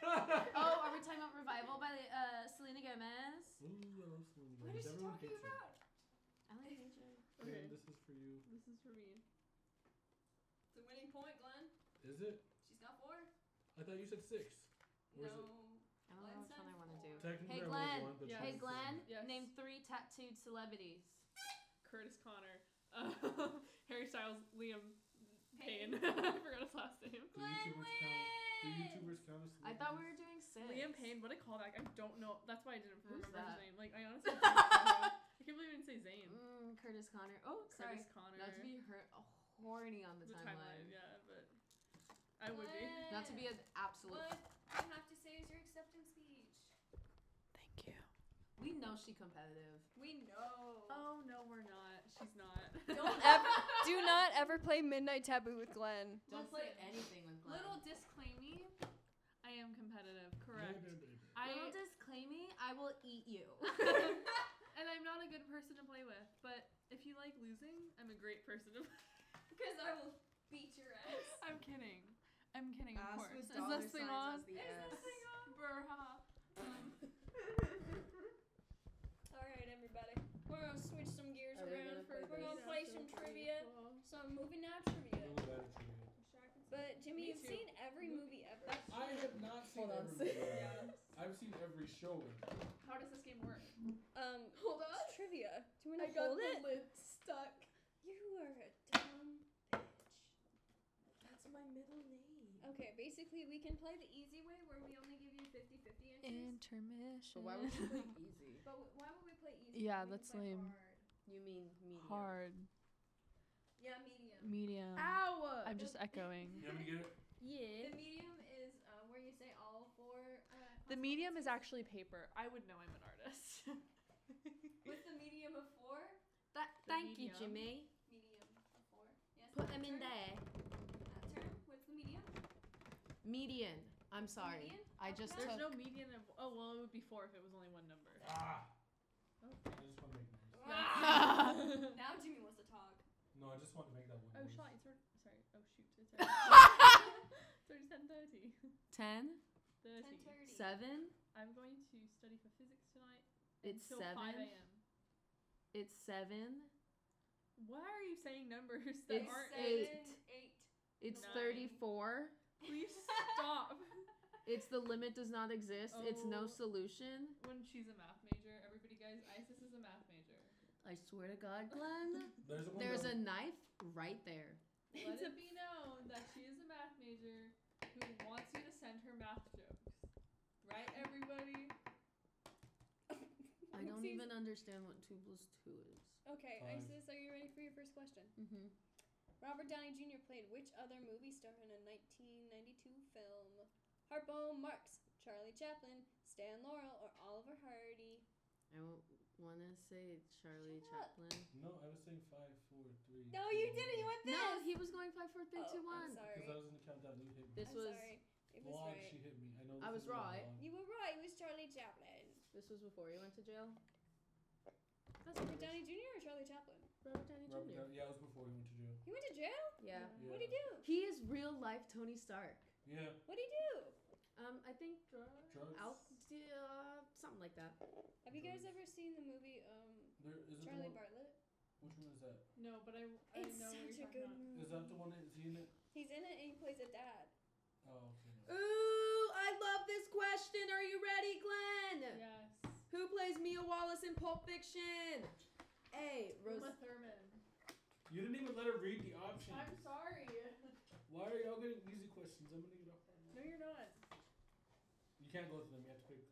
[SPEAKER 5] Oh, are we talking about Revival by uh, Selena Gomez?
[SPEAKER 4] Ooh, I love Selena
[SPEAKER 3] What
[SPEAKER 4] Gomez.
[SPEAKER 3] is she
[SPEAKER 4] Everyone
[SPEAKER 3] talking
[SPEAKER 4] hates her.
[SPEAKER 3] about?
[SPEAKER 5] Allie and Aegis.
[SPEAKER 2] Okay,
[SPEAKER 4] And this is for you.
[SPEAKER 2] this is for me.
[SPEAKER 3] It's a winning point, Glenn.
[SPEAKER 4] Is it?
[SPEAKER 3] She's got four.
[SPEAKER 4] I thought you said six. Or
[SPEAKER 3] no.
[SPEAKER 4] is it?
[SPEAKER 5] I don't know which one I want to do.
[SPEAKER 4] Technically,
[SPEAKER 5] Hey,
[SPEAKER 4] I
[SPEAKER 5] Glenn.
[SPEAKER 4] was one, but
[SPEAKER 2] Yeah.
[SPEAKER 4] she
[SPEAKER 5] Hey
[SPEAKER 4] was
[SPEAKER 5] Glenn,
[SPEAKER 4] seven.
[SPEAKER 2] Yes.
[SPEAKER 5] name three tattooed celebrities.
[SPEAKER 2] Curtis Connor, uh, *laughs* Harry Styles, Liam Payne.
[SPEAKER 3] Payne.
[SPEAKER 2] *laughs* I forgot his last name.
[SPEAKER 4] Do YouTubers count? Do YouTubers count as
[SPEAKER 5] I thought we
[SPEAKER 4] celebrities?
[SPEAKER 5] were doing six.
[SPEAKER 2] Liam Payne, what a callback. I don't know. That's why I didn't
[SPEAKER 5] Who's
[SPEAKER 2] remember
[SPEAKER 5] that?
[SPEAKER 2] his name. Like,
[SPEAKER 5] *laughs*
[SPEAKER 2] I honestly don't know. I can't believe I didn't say Zayn.
[SPEAKER 5] Mm, Curtis Connor. Oh, sorry.
[SPEAKER 2] Curtis Connor.
[SPEAKER 5] Not to be hurt, horny on the,
[SPEAKER 2] the timeline,
[SPEAKER 5] timeline.
[SPEAKER 2] yeah, but I would be.
[SPEAKER 5] Not to be an absolute.
[SPEAKER 3] What you have to say is your acceptance speech.
[SPEAKER 9] Thank you.
[SPEAKER 5] We know she competitive.
[SPEAKER 3] We know.
[SPEAKER 2] Oh, no, we're not. She's not.
[SPEAKER 3] Don't
[SPEAKER 2] *laughs*
[SPEAKER 3] ever, do not ever play Midnight Taboo with Glenn.
[SPEAKER 5] Don't play
[SPEAKER 3] *laughs*
[SPEAKER 2] Listen,
[SPEAKER 5] anything with Glenn.
[SPEAKER 2] Little disclaimer. I am competitive, correct.
[SPEAKER 4] Yeah, baby.
[SPEAKER 2] I
[SPEAKER 5] Little disclaimer, I will eat *laughs* you.
[SPEAKER 2] and I'm not a good person to play with, but if you like losing, I'm a great person to *laughs* play.
[SPEAKER 3] Because I will beat your ass.
[SPEAKER 2] I'm kidding. I'm kidding, of
[SPEAKER 8] Ass
[SPEAKER 2] course.
[SPEAKER 8] with
[SPEAKER 2] Is
[SPEAKER 8] dollar
[SPEAKER 2] Leslie
[SPEAKER 8] signs
[SPEAKER 2] on? *laughs*
[SPEAKER 8] as the
[SPEAKER 2] Is
[SPEAKER 8] S.
[SPEAKER 2] Leslie on? Bruh.
[SPEAKER 3] Alright, everybody. We're gonna switch some gears
[SPEAKER 5] Are we
[SPEAKER 3] around
[SPEAKER 5] gonna
[SPEAKER 3] for
[SPEAKER 5] play
[SPEAKER 3] We're gonna
[SPEAKER 5] these?
[SPEAKER 3] play some trivia. Some movie night
[SPEAKER 4] I'm
[SPEAKER 3] trivia.
[SPEAKER 4] not bad at trivia.
[SPEAKER 3] But Jimmy,
[SPEAKER 2] Me
[SPEAKER 3] you've
[SPEAKER 2] too.
[SPEAKER 3] seen every movie ever.
[SPEAKER 4] I have not seen
[SPEAKER 9] Hold on.
[SPEAKER 5] *laughs*
[SPEAKER 4] every movie. I've seen every show.
[SPEAKER 2] How does this game work?
[SPEAKER 3] Um,
[SPEAKER 8] Hold on.
[SPEAKER 3] it's trivia. Do you
[SPEAKER 8] I
[SPEAKER 3] wanna
[SPEAKER 8] got
[SPEAKER 3] hold it?
[SPEAKER 8] the lid stuck.
[SPEAKER 3] You are a dumb bitch.
[SPEAKER 8] That's my middle name.
[SPEAKER 3] Okay, basically we can play the easy way where we only give you 50-50 answers.
[SPEAKER 9] Intermission.
[SPEAKER 5] But why would
[SPEAKER 9] *laughs*
[SPEAKER 5] you *laughs* play easy?
[SPEAKER 3] But w- why would we play easy?
[SPEAKER 9] Yeah,
[SPEAKER 3] We can
[SPEAKER 9] that's
[SPEAKER 3] play
[SPEAKER 9] lame.
[SPEAKER 3] hard.
[SPEAKER 5] You mean medium.
[SPEAKER 9] Hard.
[SPEAKER 3] Yeah, medium.
[SPEAKER 9] Medium.
[SPEAKER 2] Ow!
[SPEAKER 9] I'm just echoing.
[SPEAKER 4] You want me to get it?
[SPEAKER 2] yeah.
[SPEAKER 3] The medium is uh, where you say all four. Uh,
[SPEAKER 2] *laughs* The
[SPEAKER 3] possible
[SPEAKER 2] medium is
[SPEAKER 3] answers.
[SPEAKER 2] actually paper. I would know I'm an artist. *laughs*
[SPEAKER 3] With the medium of four.
[SPEAKER 5] That,
[SPEAKER 2] The
[SPEAKER 5] thank you,
[SPEAKER 2] medium.
[SPEAKER 5] Jimmy.
[SPEAKER 3] Medium of four. Yes.
[SPEAKER 5] Put them
[SPEAKER 3] that
[SPEAKER 5] in
[SPEAKER 3] term,
[SPEAKER 5] there.
[SPEAKER 3] That term. What's the medium?
[SPEAKER 5] Median. I'm sorry.
[SPEAKER 3] Median?
[SPEAKER 5] I just
[SPEAKER 2] There's
[SPEAKER 5] took.
[SPEAKER 2] no median of. Oh well, it would be four if it was only one number.
[SPEAKER 4] Ah! I
[SPEAKER 2] Oh.
[SPEAKER 4] just want to make noise.
[SPEAKER 3] now Jimmy wants to talk.
[SPEAKER 4] No, I just want to make that one.
[SPEAKER 2] Oh,
[SPEAKER 4] noise.
[SPEAKER 2] shot! It's already, sorry. Oh shoot! It's *laughs* already thirty seven thirty.
[SPEAKER 5] 10,
[SPEAKER 2] Thirty.
[SPEAKER 3] 10:30.
[SPEAKER 5] 7,
[SPEAKER 2] I'm going to study for physics tonight.
[SPEAKER 5] It's
[SPEAKER 2] until five
[SPEAKER 5] seven.
[SPEAKER 2] a.m.
[SPEAKER 5] it's 7,
[SPEAKER 2] Why are you saying numbers that
[SPEAKER 5] It's
[SPEAKER 2] aren't?
[SPEAKER 3] Seven,
[SPEAKER 5] eight.
[SPEAKER 3] eight.
[SPEAKER 5] It's
[SPEAKER 2] Nine.
[SPEAKER 5] 34.
[SPEAKER 2] *laughs* Please *laughs* stop.
[SPEAKER 5] It's the limit does not exist. It's
[SPEAKER 2] Oh.
[SPEAKER 5] no solution.
[SPEAKER 2] when she's a math major, everybody guys, Isis is a math major.
[SPEAKER 5] I swear to God, Glenn.
[SPEAKER 4] There's a window.
[SPEAKER 5] There's a knife right there.
[SPEAKER 2] Let it be known that she is a math major who wants you to send her math jokes. Right, everybody?
[SPEAKER 5] I don't
[SPEAKER 3] Oopsies.
[SPEAKER 5] even understand what two plus two is.
[SPEAKER 3] Okay,
[SPEAKER 4] Five.
[SPEAKER 3] Isis, are you ready for your first question?
[SPEAKER 5] Mm-hmm.
[SPEAKER 3] Robert Downey Jr. played which other movie star in a 1992 film? Harpo Marx, Charlie Chaplin, Stan Laurel, or Oliver Hardy?
[SPEAKER 5] I want to say Charlie
[SPEAKER 3] Shut up.
[SPEAKER 5] Chaplin.
[SPEAKER 4] No, I was saying five, four, three.
[SPEAKER 3] No,
[SPEAKER 4] two,
[SPEAKER 3] you didn't. You went this.
[SPEAKER 5] No, he was going five, four, three,
[SPEAKER 3] Oh,
[SPEAKER 5] two,
[SPEAKER 3] I'm
[SPEAKER 5] one.
[SPEAKER 3] sorry.
[SPEAKER 4] Because I was in the countdown. You hit me.
[SPEAKER 5] This
[SPEAKER 3] I'm
[SPEAKER 5] was
[SPEAKER 3] sorry. It was
[SPEAKER 4] Long,
[SPEAKER 3] right.
[SPEAKER 4] she hit me. I know.
[SPEAKER 5] I
[SPEAKER 4] this
[SPEAKER 5] was
[SPEAKER 4] is not
[SPEAKER 5] right.
[SPEAKER 4] long.
[SPEAKER 3] You were right. It was Charlie Chaplin.
[SPEAKER 5] This was before he went to jail.
[SPEAKER 3] That's Robert Downey Jr. or Charlie Chaplin?
[SPEAKER 5] Robert Downey
[SPEAKER 4] Robert
[SPEAKER 5] Jr.
[SPEAKER 4] Downey- yeah, it was before he went to jail.
[SPEAKER 3] He went to jail.
[SPEAKER 5] Yeah.
[SPEAKER 4] Yeah.
[SPEAKER 3] What would he do?
[SPEAKER 5] He is real life Tony Stark.
[SPEAKER 4] Yeah.
[SPEAKER 3] What would he do?
[SPEAKER 5] Um, I think
[SPEAKER 4] Drugs.
[SPEAKER 5] Al, uh, something like that.
[SPEAKER 3] Have you guys
[SPEAKER 4] Drugs.
[SPEAKER 3] ever seen the movie um,
[SPEAKER 4] There, is it
[SPEAKER 3] Charlie
[SPEAKER 4] the one,
[SPEAKER 3] Bartlett?
[SPEAKER 4] which one is that?
[SPEAKER 2] No, but I, I
[SPEAKER 3] It's
[SPEAKER 2] know what
[SPEAKER 3] such a
[SPEAKER 2] you're
[SPEAKER 3] good
[SPEAKER 2] talking about.
[SPEAKER 3] movie.
[SPEAKER 4] Is that the one that is he in it?
[SPEAKER 3] He's in it and he plays a dad.
[SPEAKER 4] Oh, okay. no.
[SPEAKER 11] Ooh, I love this question. Are you ready, Glenn?
[SPEAKER 2] Yes.
[SPEAKER 11] Who plays Mia Wallace in Pulp Fiction? A. Rose.
[SPEAKER 2] Uma Thurman.
[SPEAKER 4] You didn't even let her read the options.
[SPEAKER 2] I'm sorry.
[SPEAKER 4] Why are y'all getting easy questions? I'm gonna get off.
[SPEAKER 2] No, you're not.
[SPEAKER 4] You can't go through them. You have to pick.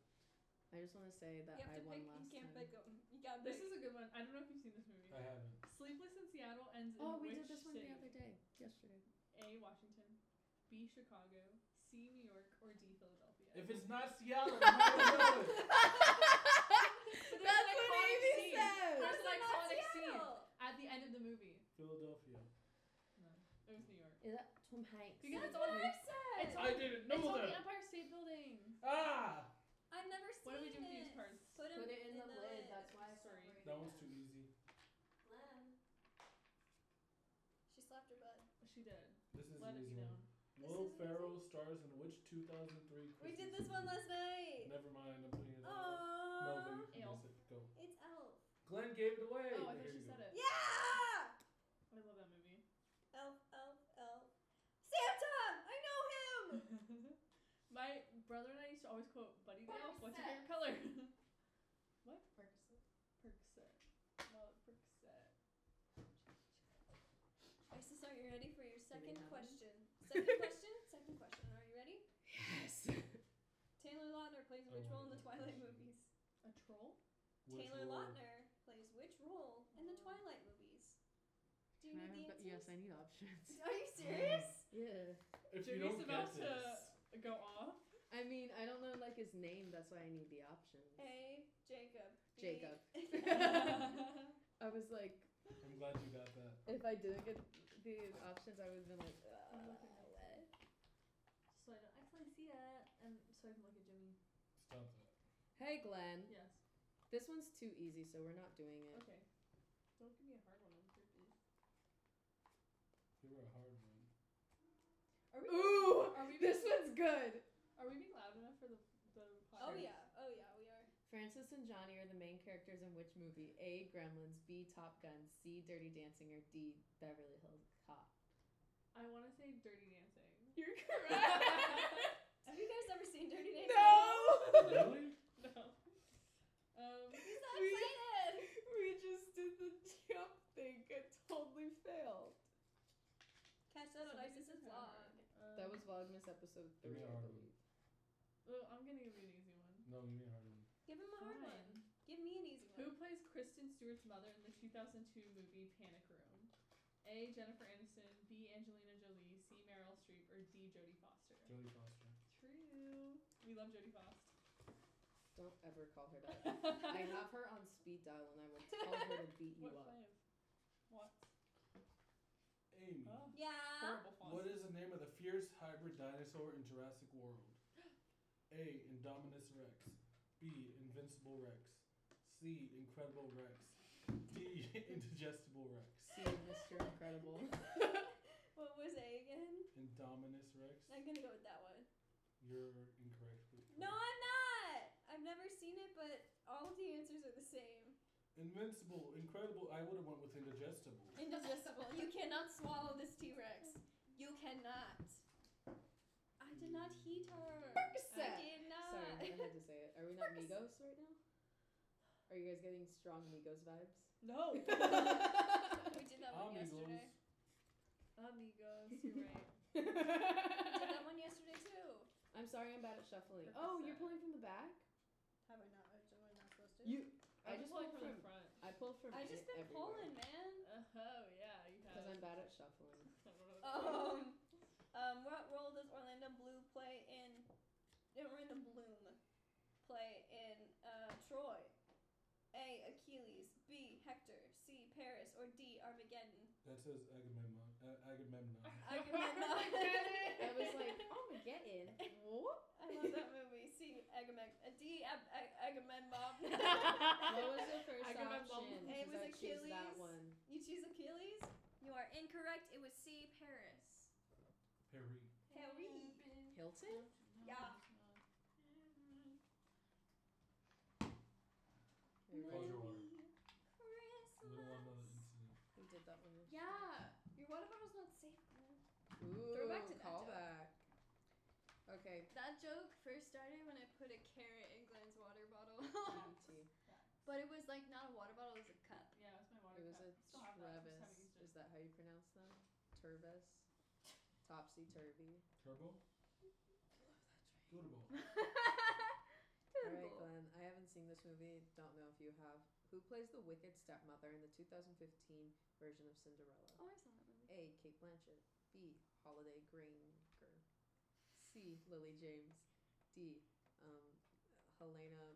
[SPEAKER 5] I just want to say that
[SPEAKER 3] You
[SPEAKER 5] I
[SPEAKER 3] have to
[SPEAKER 5] won
[SPEAKER 3] pick.
[SPEAKER 5] last
[SPEAKER 3] You can't
[SPEAKER 5] time.
[SPEAKER 3] pick 'em. You gotta
[SPEAKER 2] This
[SPEAKER 3] pick.
[SPEAKER 2] is a good one. I don't know if you've seen this movie.
[SPEAKER 4] I haven't.
[SPEAKER 2] Sleepless in Seattle ends in
[SPEAKER 5] Oh, we
[SPEAKER 2] which
[SPEAKER 5] did this one
[SPEAKER 2] city?
[SPEAKER 5] the other day, yesterday.
[SPEAKER 2] A. Washington, B. Chicago, C. New York, or D. Philadelphia.
[SPEAKER 4] If it's not Seattle, *laughs* I'm not gonna do it.
[SPEAKER 2] But there's
[SPEAKER 11] That's what
[SPEAKER 2] an iconic
[SPEAKER 11] Amy
[SPEAKER 2] scene.
[SPEAKER 11] said.
[SPEAKER 2] There's an
[SPEAKER 3] That's not
[SPEAKER 2] iconic scene
[SPEAKER 3] Seattle.
[SPEAKER 2] at the end of the movie.
[SPEAKER 4] Philadelphia.
[SPEAKER 2] No, it was New York.
[SPEAKER 5] Is that Tom Hanks?
[SPEAKER 2] Because
[SPEAKER 3] That's
[SPEAKER 2] it's
[SPEAKER 3] what
[SPEAKER 2] on.
[SPEAKER 3] I
[SPEAKER 2] It's
[SPEAKER 3] said.
[SPEAKER 2] on,
[SPEAKER 4] I didn't
[SPEAKER 2] it's
[SPEAKER 4] know
[SPEAKER 2] on the
[SPEAKER 4] that.
[SPEAKER 2] Empire State Building.
[SPEAKER 4] Ah,
[SPEAKER 3] I've never seen
[SPEAKER 2] What do we do with
[SPEAKER 3] it.
[SPEAKER 2] these cards?
[SPEAKER 3] Put, 'em
[SPEAKER 5] Put it in the lid, that's why I
[SPEAKER 2] Sorry.
[SPEAKER 5] stopped reading
[SPEAKER 4] that one's
[SPEAKER 5] it.
[SPEAKER 4] too easy.
[SPEAKER 3] Glenn. She slapped her butt.
[SPEAKER 2] She did.
[SPEAKER 4] This is
[SPEAKER 2] Let
[SPEAKER 4] an
[SPEAKER 2] it
[SPEAKER 4] easy
[SPEAKER 2] be known.
[SPEAKER 4] one. Will
[SPEAKER 3] is an
[SPEAKER 4] Ferrell stars in which 2003?
[SPEAKER 3] We did
[SPEAKER 4] Christmas
[SPEAKER 3] this one
[SPEAKER 4] movie?
[SPEAKER 3] last night.
[SPEAKER 4] Never mind. I'm putting it. on. No, but
[SPEAKER 3] Oh.
[SPEAKER 4] you can guess it. Go.
[SPEAKER 3] It's Elf.
[SPEAKER 4] Glenn gave it away.
[SPEAKER 2] Oh, I
[SPEAKER 4] Here
[SPEAKER 2] thought she
[SPEAKER 4] you go.
[SPEAKER 2] said it.
[SPEAKER 3] Yeah.
[SPEAKER 2] I love that movie. *laughs*
[SPEAKER 3] Elf. Elf. Elf. Sam Tom. I know him.
[SPEAKER 2] My brother and I used to always quote Buddy the Elf. What's
[SPEAKER 11] Percocet.
[SPEAKER 2] your favorite color? *laughs* what? Percocet. Percocet. Love Percocet.
[SPEAKER 3] Isis, are you ready for your second
[SPEAKER 5] have one?
[SPEAKER 3] question? Second
[SPEAKER 5] *laughs*
[SPEAKER 3] question. Second question. Are you ready?
[SPEAKER 12] Yes.
[SPEAKER 3] Taylor Lautner plays
[SPEAKER 4] I
[SPEAKER 3] which role in
[SPEAKER 4] wanted
[SPEAKER 3] the
[SPEAKER 4] that
[SPEAKER 3] Twilight
[SPEAKER 4] question.
[SPEAKER 3] movies?
[SPEAKER 2] A troll?
[SPEAKER 4] Which
[SPEAKER 3] Taylor
[SPEAKER 4] role?
[SPEAKER 3] Lautner plays which role in the Twilight movies? Do you
[SPEAKER 5] Can I
[SPEAKER 3] need the
[SPEAKER 5] have the- Uh, yes, I need
[SPEAKER 3] answers? *laughs*
[SPEAKER 5] options.
[SPEAKER 3] Are
[SPEAKER 5] *laughs*
[SPEAKER 3] you serious?
[SPEAKER 5] yeah.
[SPEAKER 4] If you
[SPEAKER 2] Jamie's
[SPEAKER 4] don't
[SPEAKER 2] about
[SPEAKER 4] get
[SPEAKER 2] to
[SPEAKER 4] this,
[SPEAKER 2] go off.
[SPEAKER 5] I mean, I don't know like his name. That's why I need the options.
[SPEAKER 3] A. Jacob. B. *laughs*
[SPEAKER 5] Jacob. *laughs* I was like,
[SPEAKER 4] I'm glad you got that.
[SPEAKER 5] if I didn't get the options, I would have been like,
[SPEAKER 2] I'm
[SPEAKER 5] "Ugh."
[SPEAKER 2] looking at it. So I don't actually see it, and so I can look at Jimmy.
[SPEAKER 4] Stop that.
[SPEAKER 5] hey Glenn,
[SPEAKER 2] Yes.
[SPEAKER 5] this one's too easy, so we're not doing it.
[SPEAKER 2] Okay. Don't give me a hard one. I'm pretty.
[SPEAKER 4] You were a hard one.
[SPEAKER 2] Are we?
[SPEAKER 5] Ooh,
[SPEAKER 2] are we
[SPEAKER 5] this
[SPEAKER 2] being,
[SPEAKER 5] one's good.
[SPEAKER 2] Are we being loud enough for the the podcast?
[SPEAKER 3] oh yeah. Oh yeah. We are.
[SPEAKER 5] Francis and Johnny are the main characters in which movie? A. Gremlins, B. Top Gun, C. Dirty Dancing, or D. Beverly Hills Cop.
[SPEAKER 2] I want to say Dirty Dancing. *laughs*
[SPEAKER 5] You're
[SPEAKER 3] Have you guys ever seen Dirty Dancing?
[SPEAKER 5] no.
[SPEAKER 4] really?
[SPEAKER 2] *laughs* no. Um.
[SPEAKER 3] He's not
[SPEAKER 5] We-
[SPEAKER 3] excited.
[SPEAKER 5] we just did the jump thing. I totally failed.
[SPEAKER 3] Catch that on
[SPEAKER 2] somebody
[SPEAKER 3] Isis's
[SPEAKER 2] said
[SPEAKER 3] vlog.
[SPEAKER 2] Um,
[SPEAKER 5] That was Vlogmas episode
[SPEAKER 4] Give
[SPEAKER 5] three,
[SPEAKER 4] me a
[SPEAKER 5] I
[SPEAKER 4] hard
[SPEAKER 5] believe.
[SPEAKER 2] Well, I'm gonna give you an easy one.
[SPEAKER 4] No, give me a hard one.
[SPEAKER 3] Give him a hard one.
[SPEAKER 2] Fine.
[SPEAKER 3] Give me an easy
[SPEAKER 2] Who
[SPEAKER 3] one.
[SPEAKER 2] plays Kristen Stewart's mother in the 2002 movie Panic Room? A. Jennifer Aniston, B. Angelina Jolie, C. Meryl Streep, or D. Jodie Foster.
[SPEAKER 4] Jodie Foster.
[SPEAKER 2] True. We love Jodie Foster.
[SPEAKER 5] Don't ever call her
[SPEAKER 2] *laughs*
[SPEAKER 5] that. *laughs* I have her on speed dial, and I will tell her to beat you
[SPEAKER 2] What
[SPEAKER 5] up.
[SPEAKER 2] play of what?
[SPEAKER 4] Amy.
[SPEAKER 2] Oh,
[SPEAKER 3] Yeah.
[SPEAKER 2] horrible font.
[SPEAKER 4] What is the name of the fierce hybrid dinosaur in Jurassic
[SPEAKER 3] *gasps*
[SPEAKER 4] World? A. Indominus Rex. B. Invincible Rex. C. Incredible Rex. D. *laughs* Indigestible Rex.
[SPEAKER 5] See, Mr. Incredible.
[SPEAKER 3] What was A again?
[SPEAKER 4] Indominus Rex.
[SPEAKER 3] I'm gonna go with that one.
[SPEAKER 4] You're incorrect. but
[SPEAKER 3] No,
[SPEAKER 4] correct.
[SPEAKER 3] I'm not. I've never seen it, but all of the answers are the same.
[SPEAKER 4] Invincible. Incredible. I would have went with indigestible.
[SPEAKER 3] Indigestible. you cannot swallow this T-Rex. You cannot. not heat her. I
[SPEAKER 1] Percocet.
[SPEAKER 3] did not.
[SPEAKER 1] Sorry, I had to say it. Are we not Migos right now? Are you guys getting strong Migos vibes?
[SPEAKER 3] *laughs*
[SPEAKER 2] No.
[SPEAKER 3] we did that one
[SPEAKER 4] Amigos.
[SPEAKER 3] yesterday.
[SPEAKER 2] Amigos, you're right.
[SPEAKER 3] We did that one yesterday too.
[SPEAKER 1] I'm sorry, I'm bad at shuffling. Oh, you're
[SPEAKER 2] Percocet.
[SPEAKER 1] pulling from the back?
[SPEAKER 5] Have I not? Am I not supposed to?
[SPEAKER 1] You. I
[SPEAKER 2] I, just
[SPEAKER 1] just
[SPEAKER 2] pulled
[SPEAKER 1] pull
[SPEAKER 2] from the
[SPEAKER 1] from-
[SPEAKER 2] front.
[SPEAKER 1] I pull from.
[SPEAKER 3] I just been pulling, man.
[SPEAKER 2] Oh yeah, you
[SPEAKER 1] Because
[SPEAKER 2] have.
[SPEAKER 1] I'm bad at
[SPEAKER 2] *laughs*
[SPEAKER 1] shuffling.
[SPEAKER 2] I don't know.
[SPEAKER 3] Um, um, what role does Orlando Blue play in? Orlando Bloom play in uh, Troy? A. Achilles. B. Hector. C. Paris. Or D. Armageddon.
[SPEAKER 4] That says Agamemnon. Uh,
[SPEAKER 3] *laughs*
[SPEAKER 4] Agamemnon.
[SPEAKER 1] I
[SPEAKER 3] Agamemnon.
[SPEAKER 1] was like, oh my getting. What?
[SPEAKER 3] *laughs* I love that movie. C. Agamemnon. Uh, D. Ab- Ag- Agamemnon.
[SPEAKER 2] *laughs*
[SPEAKER 3] *laughs*
[SPEAKER 1] What was the first
[SPEAKER 2] Agamemnon.
[SPEAKER 1] option?
[SPEAKER 3] It
[SPEAKER 1] 'Cause
[SPEAKER 3] was
[SPEAKER 1] I choose that
[SPEAKER 3] Achilles.
[SPEAKER 1] one.
[SPEAKER 3] you choose Achilles? You are incorrect. It was C. Paris. *laughs*
[SPEAKER 4] Perry.
[SPEAKER 3] Paris.
[SPEAKER 1] Hilton?
[SPEAKER 3] Yeah.
[SPEAKER 1] You're
[SPEAKER 4] Hold
[SPEAKER 1] right.
[SPEAKER 4] your water. Little
[SPEAKER 3] Christmas.
[SPEAKER 4] another incident.
[SPEAKER 1] We did that one.
[SPEAKER 3] Yeah. Your water bottle's not safe, man.
[SPEAKER 1] Ooh,
[SPEAKER 3] Throwback to that joke.
[SPEAKER 1] callback. Okay.
[SPEAKER 3] That joke first started when I put a carrot in Glenn's water *laughs* bottle.
[SPEAKER 1] GBT.
[SPEAKER 3] but it was like not a water bottle, it was a *laughs* cup.
[SPEAKER 2] Yeah, it's my water
[SPEAKER 1] It was
[SPEAKER 2] cup.
[SPEAKER 1] a
[SPEAKER 2] I still have that. I just haven't
[SPEAKER 1] Travis.
[SPEAKER 2] used it.
[SPEAKER 1] Is that how you pronounce them? Turbus? Topsy turvy.
[SPEAKER 4] Turbo? Turbo.
[SPEAKER 1] Alright,
[SPEAKER 3] Turbo.
[SPEAKER 1] Glenn. I haven't seen this movie. Don't know if you have. Who plays the wicked stepmother in the 2015 version of Cinderella?
[SPEAKER 3] Oh, I saw that movie.
[SPEAKER 1] A. Kate Blanchett. B. Holiday Granger. C. Lily James. D. Um, Helena,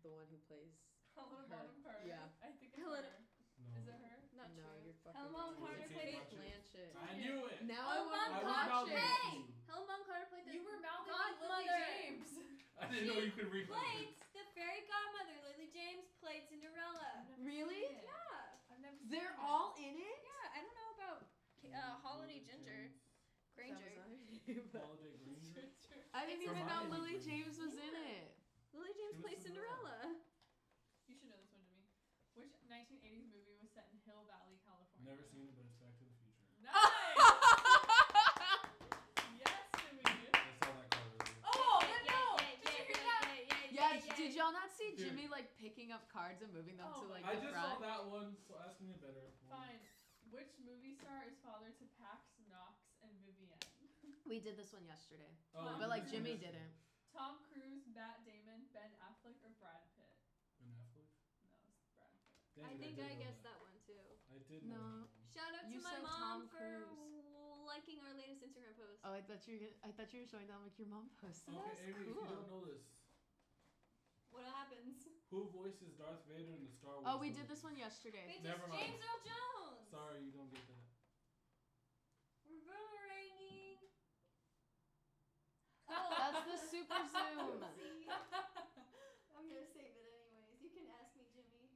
[SPEAKER 1] the one who plays.
[SPEAKER 2] Helena
[SPEAKER 1] Her.
[SPEAKER 2] Bonham Carter.
[SPEAKER 1] Yeah.
[SPEAKER 2] I think it's
[SPEAKER 3] Helena-
[SPEAKER 2] her.
[SPEAKER 4] No.
[SPEAKER 2] Is it her?
[SPEAKER 3] Not
[SPEAKER 1] no,
[SPEAKER 3] true.
[SPEAKER 1] you're fucking.
[SPEAKER 3] Helena
[SPEAKER 1] wrong.
[SPEAKER 3] Bonham
[SPEAKER 1] It's
[SPEAKER 3] Carter
[SPEAKER 1] Kate
[SPEAKER 4] played-
[SPEAKER 1] Blanchett.
[SPEAKER 4] I knew it.
[SPEAKER 1] Now
[SPEAKER 3] Oh,
[SPEAKER 1] I
[SPEAKER 3] Mom
[SPEAKER 1] want
[SPEAKER 4] I
[SPEAKER 1] to
[SPEAKER 4] was about
[SPEAKER 3] Carter.
[SPEAKER 4] to
[SPEAKER 3] Hey!
[SPEAKER 4] ask you.
[SPEAKER 3] Helen Bonham Carter played the
[SPEAKER 2] You
[SPEAKER 3] *laughs*
[SPEAKER 2] were mouthing Lily
[SPEAKER 3] Godmother.
[SPEAKER 2] James.
[SPEAKER 4] I didn't know
[SPEAKER 3] She
[SPEAKER 4] you could read like that.
[SPEAKER 3] played the fairy godmother. Lily James played Cinderella.
[SPEAKER 5] Really?
[SPEAKER 3] Yeah.
[SPEAKER 2] I've never seen
[SPEAKER 5] They're
[SPEAKER 2] it.
[SPEAKER 5] all in it.
[SPEAKER 3] Yeah, I don't know about uh, Holiday Ginger. Granger.
[SPEAKER 4] *laughs* Holiday
[SPEAKER 2] *laughs*
[SPEAKER 4] Granger.
[SPEAKER 5] I didn't
[SPEAKER 4] From
[SPEAKER 5] even know
[SPEAKER 4] Iron
[SPEAKER 5] Lily
[SPEAKER 4] Man.
[SPEAKER 5] James was in
[SPEAKER 3] Yeah.
[SPEAKER 1] *laughs*
[SPEAKER 5] it. *laughs*
[SPEAKER 3] Lily James
[SPEAKER 4] She was
[SPEAKER 3] plays Cinderella.
[SPEAKER 4] Cinderella.
[SPEAKER 2] You should know this one, Jimmy. Which 1980s movie was set in Hill Valley, California?
[SPEAKER 4] Never seen it, but it's Back to the Future.
[SPEAKER 2] *laughs* Nice. yes,
[SPEAKER 4] I saw
[SPEAKER 2] Jimmy.
[SPEAKER 4] that car earlier.
[SPEAKER 2] Oh,
[SPEAKER 3] Yeah,
[SPEAKER 2] then
[SPEAKER 3] yeah,
[SPEAKER 2] no.
[SPEAKER 3] yeah,
[SPEAKER 2] Did
[SPEAKER 3] yeah,
[SPEAKER 2] you hear
[SPEAKER 3] yeah,
[SPEAKER 2] that?
[SPEAKER 3] yeah, yeah,
[SPEAKER 5] Yeah,
[SPEAKER 3] yeah,
[SPEAKER 5] d-
[SPEAKER 3] yeah.
[SPEAKER 5] did y'all not see
[SPEAKER 4] Dude.
[SPEAKER 5] Jimmy like picking up cards and moving them
[SPEAKER 2] Oh
[SPEAKER 5] to
[SPEAKER 2] my
[SPEAKER 5] like
[SPEAKER 4] I
[SPEAKER 5] the
[SPEAKER 4] just
[SPEAKER 5] front?
[SPEAKER 4] saw that one, so ask me a better one.
[SPEAKER 2] Fine. Which movie star is father to Pax, Knox, and Vivienne? *laughs*
[SPEAKER 5] We did this one yesterday.
[SPEAKER 4] Oh,
[SPEAKER 2] But,
[SPEAKER 4] you
[SPEAKER 2] like,
[SPEAKER 4] can
[SPEAKER 2] Jimmy
[SPEAKER 4] miss it.
[SPEAKER 5] didn't.
[SPEAKER 2] Tom Cruise, Matt Damon, Ben Affleck, or Brad Pitt?
[SPEAKER 4] Ben Affleck?
[SPEAKER 2] No, it's Brad Pitt.
[SPEAKER 4] Dang
[SPEAKER 3] I
[SPEAKER 4] it,
[SPEAKER 3] think
[SPEAKER 4] did
[SPEAKER 3] I
[SPEAKER 4] know
[SPEAKER 3] guessed that one too.
[SPEAKER 4] I did
[SPEAKER 5] No.
[SPEAKER 4] know. that one.
[SPEAKER 3] Shout out
[SPEAKER 5] You
[SPEAKER 3] to my
[SPEAKER 5] said
[SPEAKER 3] mom
[SPEAKER 5] Tom
[SPEAKER 3] for
[SPEAKER 5] Cruise.
[SPEAKER 3] liking our latest Instagram post.
[SPEAKER 5] Oh, I thought you were gonna, I thought you were showing them like your mom posted.
[SPEAKER 4] Okay,
[SPEAKER 5] That's
[SPEAKER 4] Amy, if you don't
[SPEAKER 5] cool.
[SPEAKER 4] know this,
[SPEAKER 3] What happens?
[SPEAKER 4] who voices Darth Vader in the Star Wars?
[SPEAKER 5] Oh, we did
[SPEAKER 4] movies?
[SPEAKER 5] this one yesterday.
[SPEAKER 3] Bitches,
[SPEAKER 4] Never mind.
[SPEAKER 3] James Earl Jones.
[SPEAKER 4] Sorry, you don't get that.
[SPEAKER 3] We're
[SPEAKER 5] *laughs*
[SPEAKER 3] boomeranging.
[SPEAKER 5] Oh, That's the
[SPEAKER 2] *laughs*
[SPEAKER 3] *laughs*
[SPEAKER 5] super zoom.
[SPEAKER 3] See? I'm gonna save it anyways. You can ask me, Jimmy.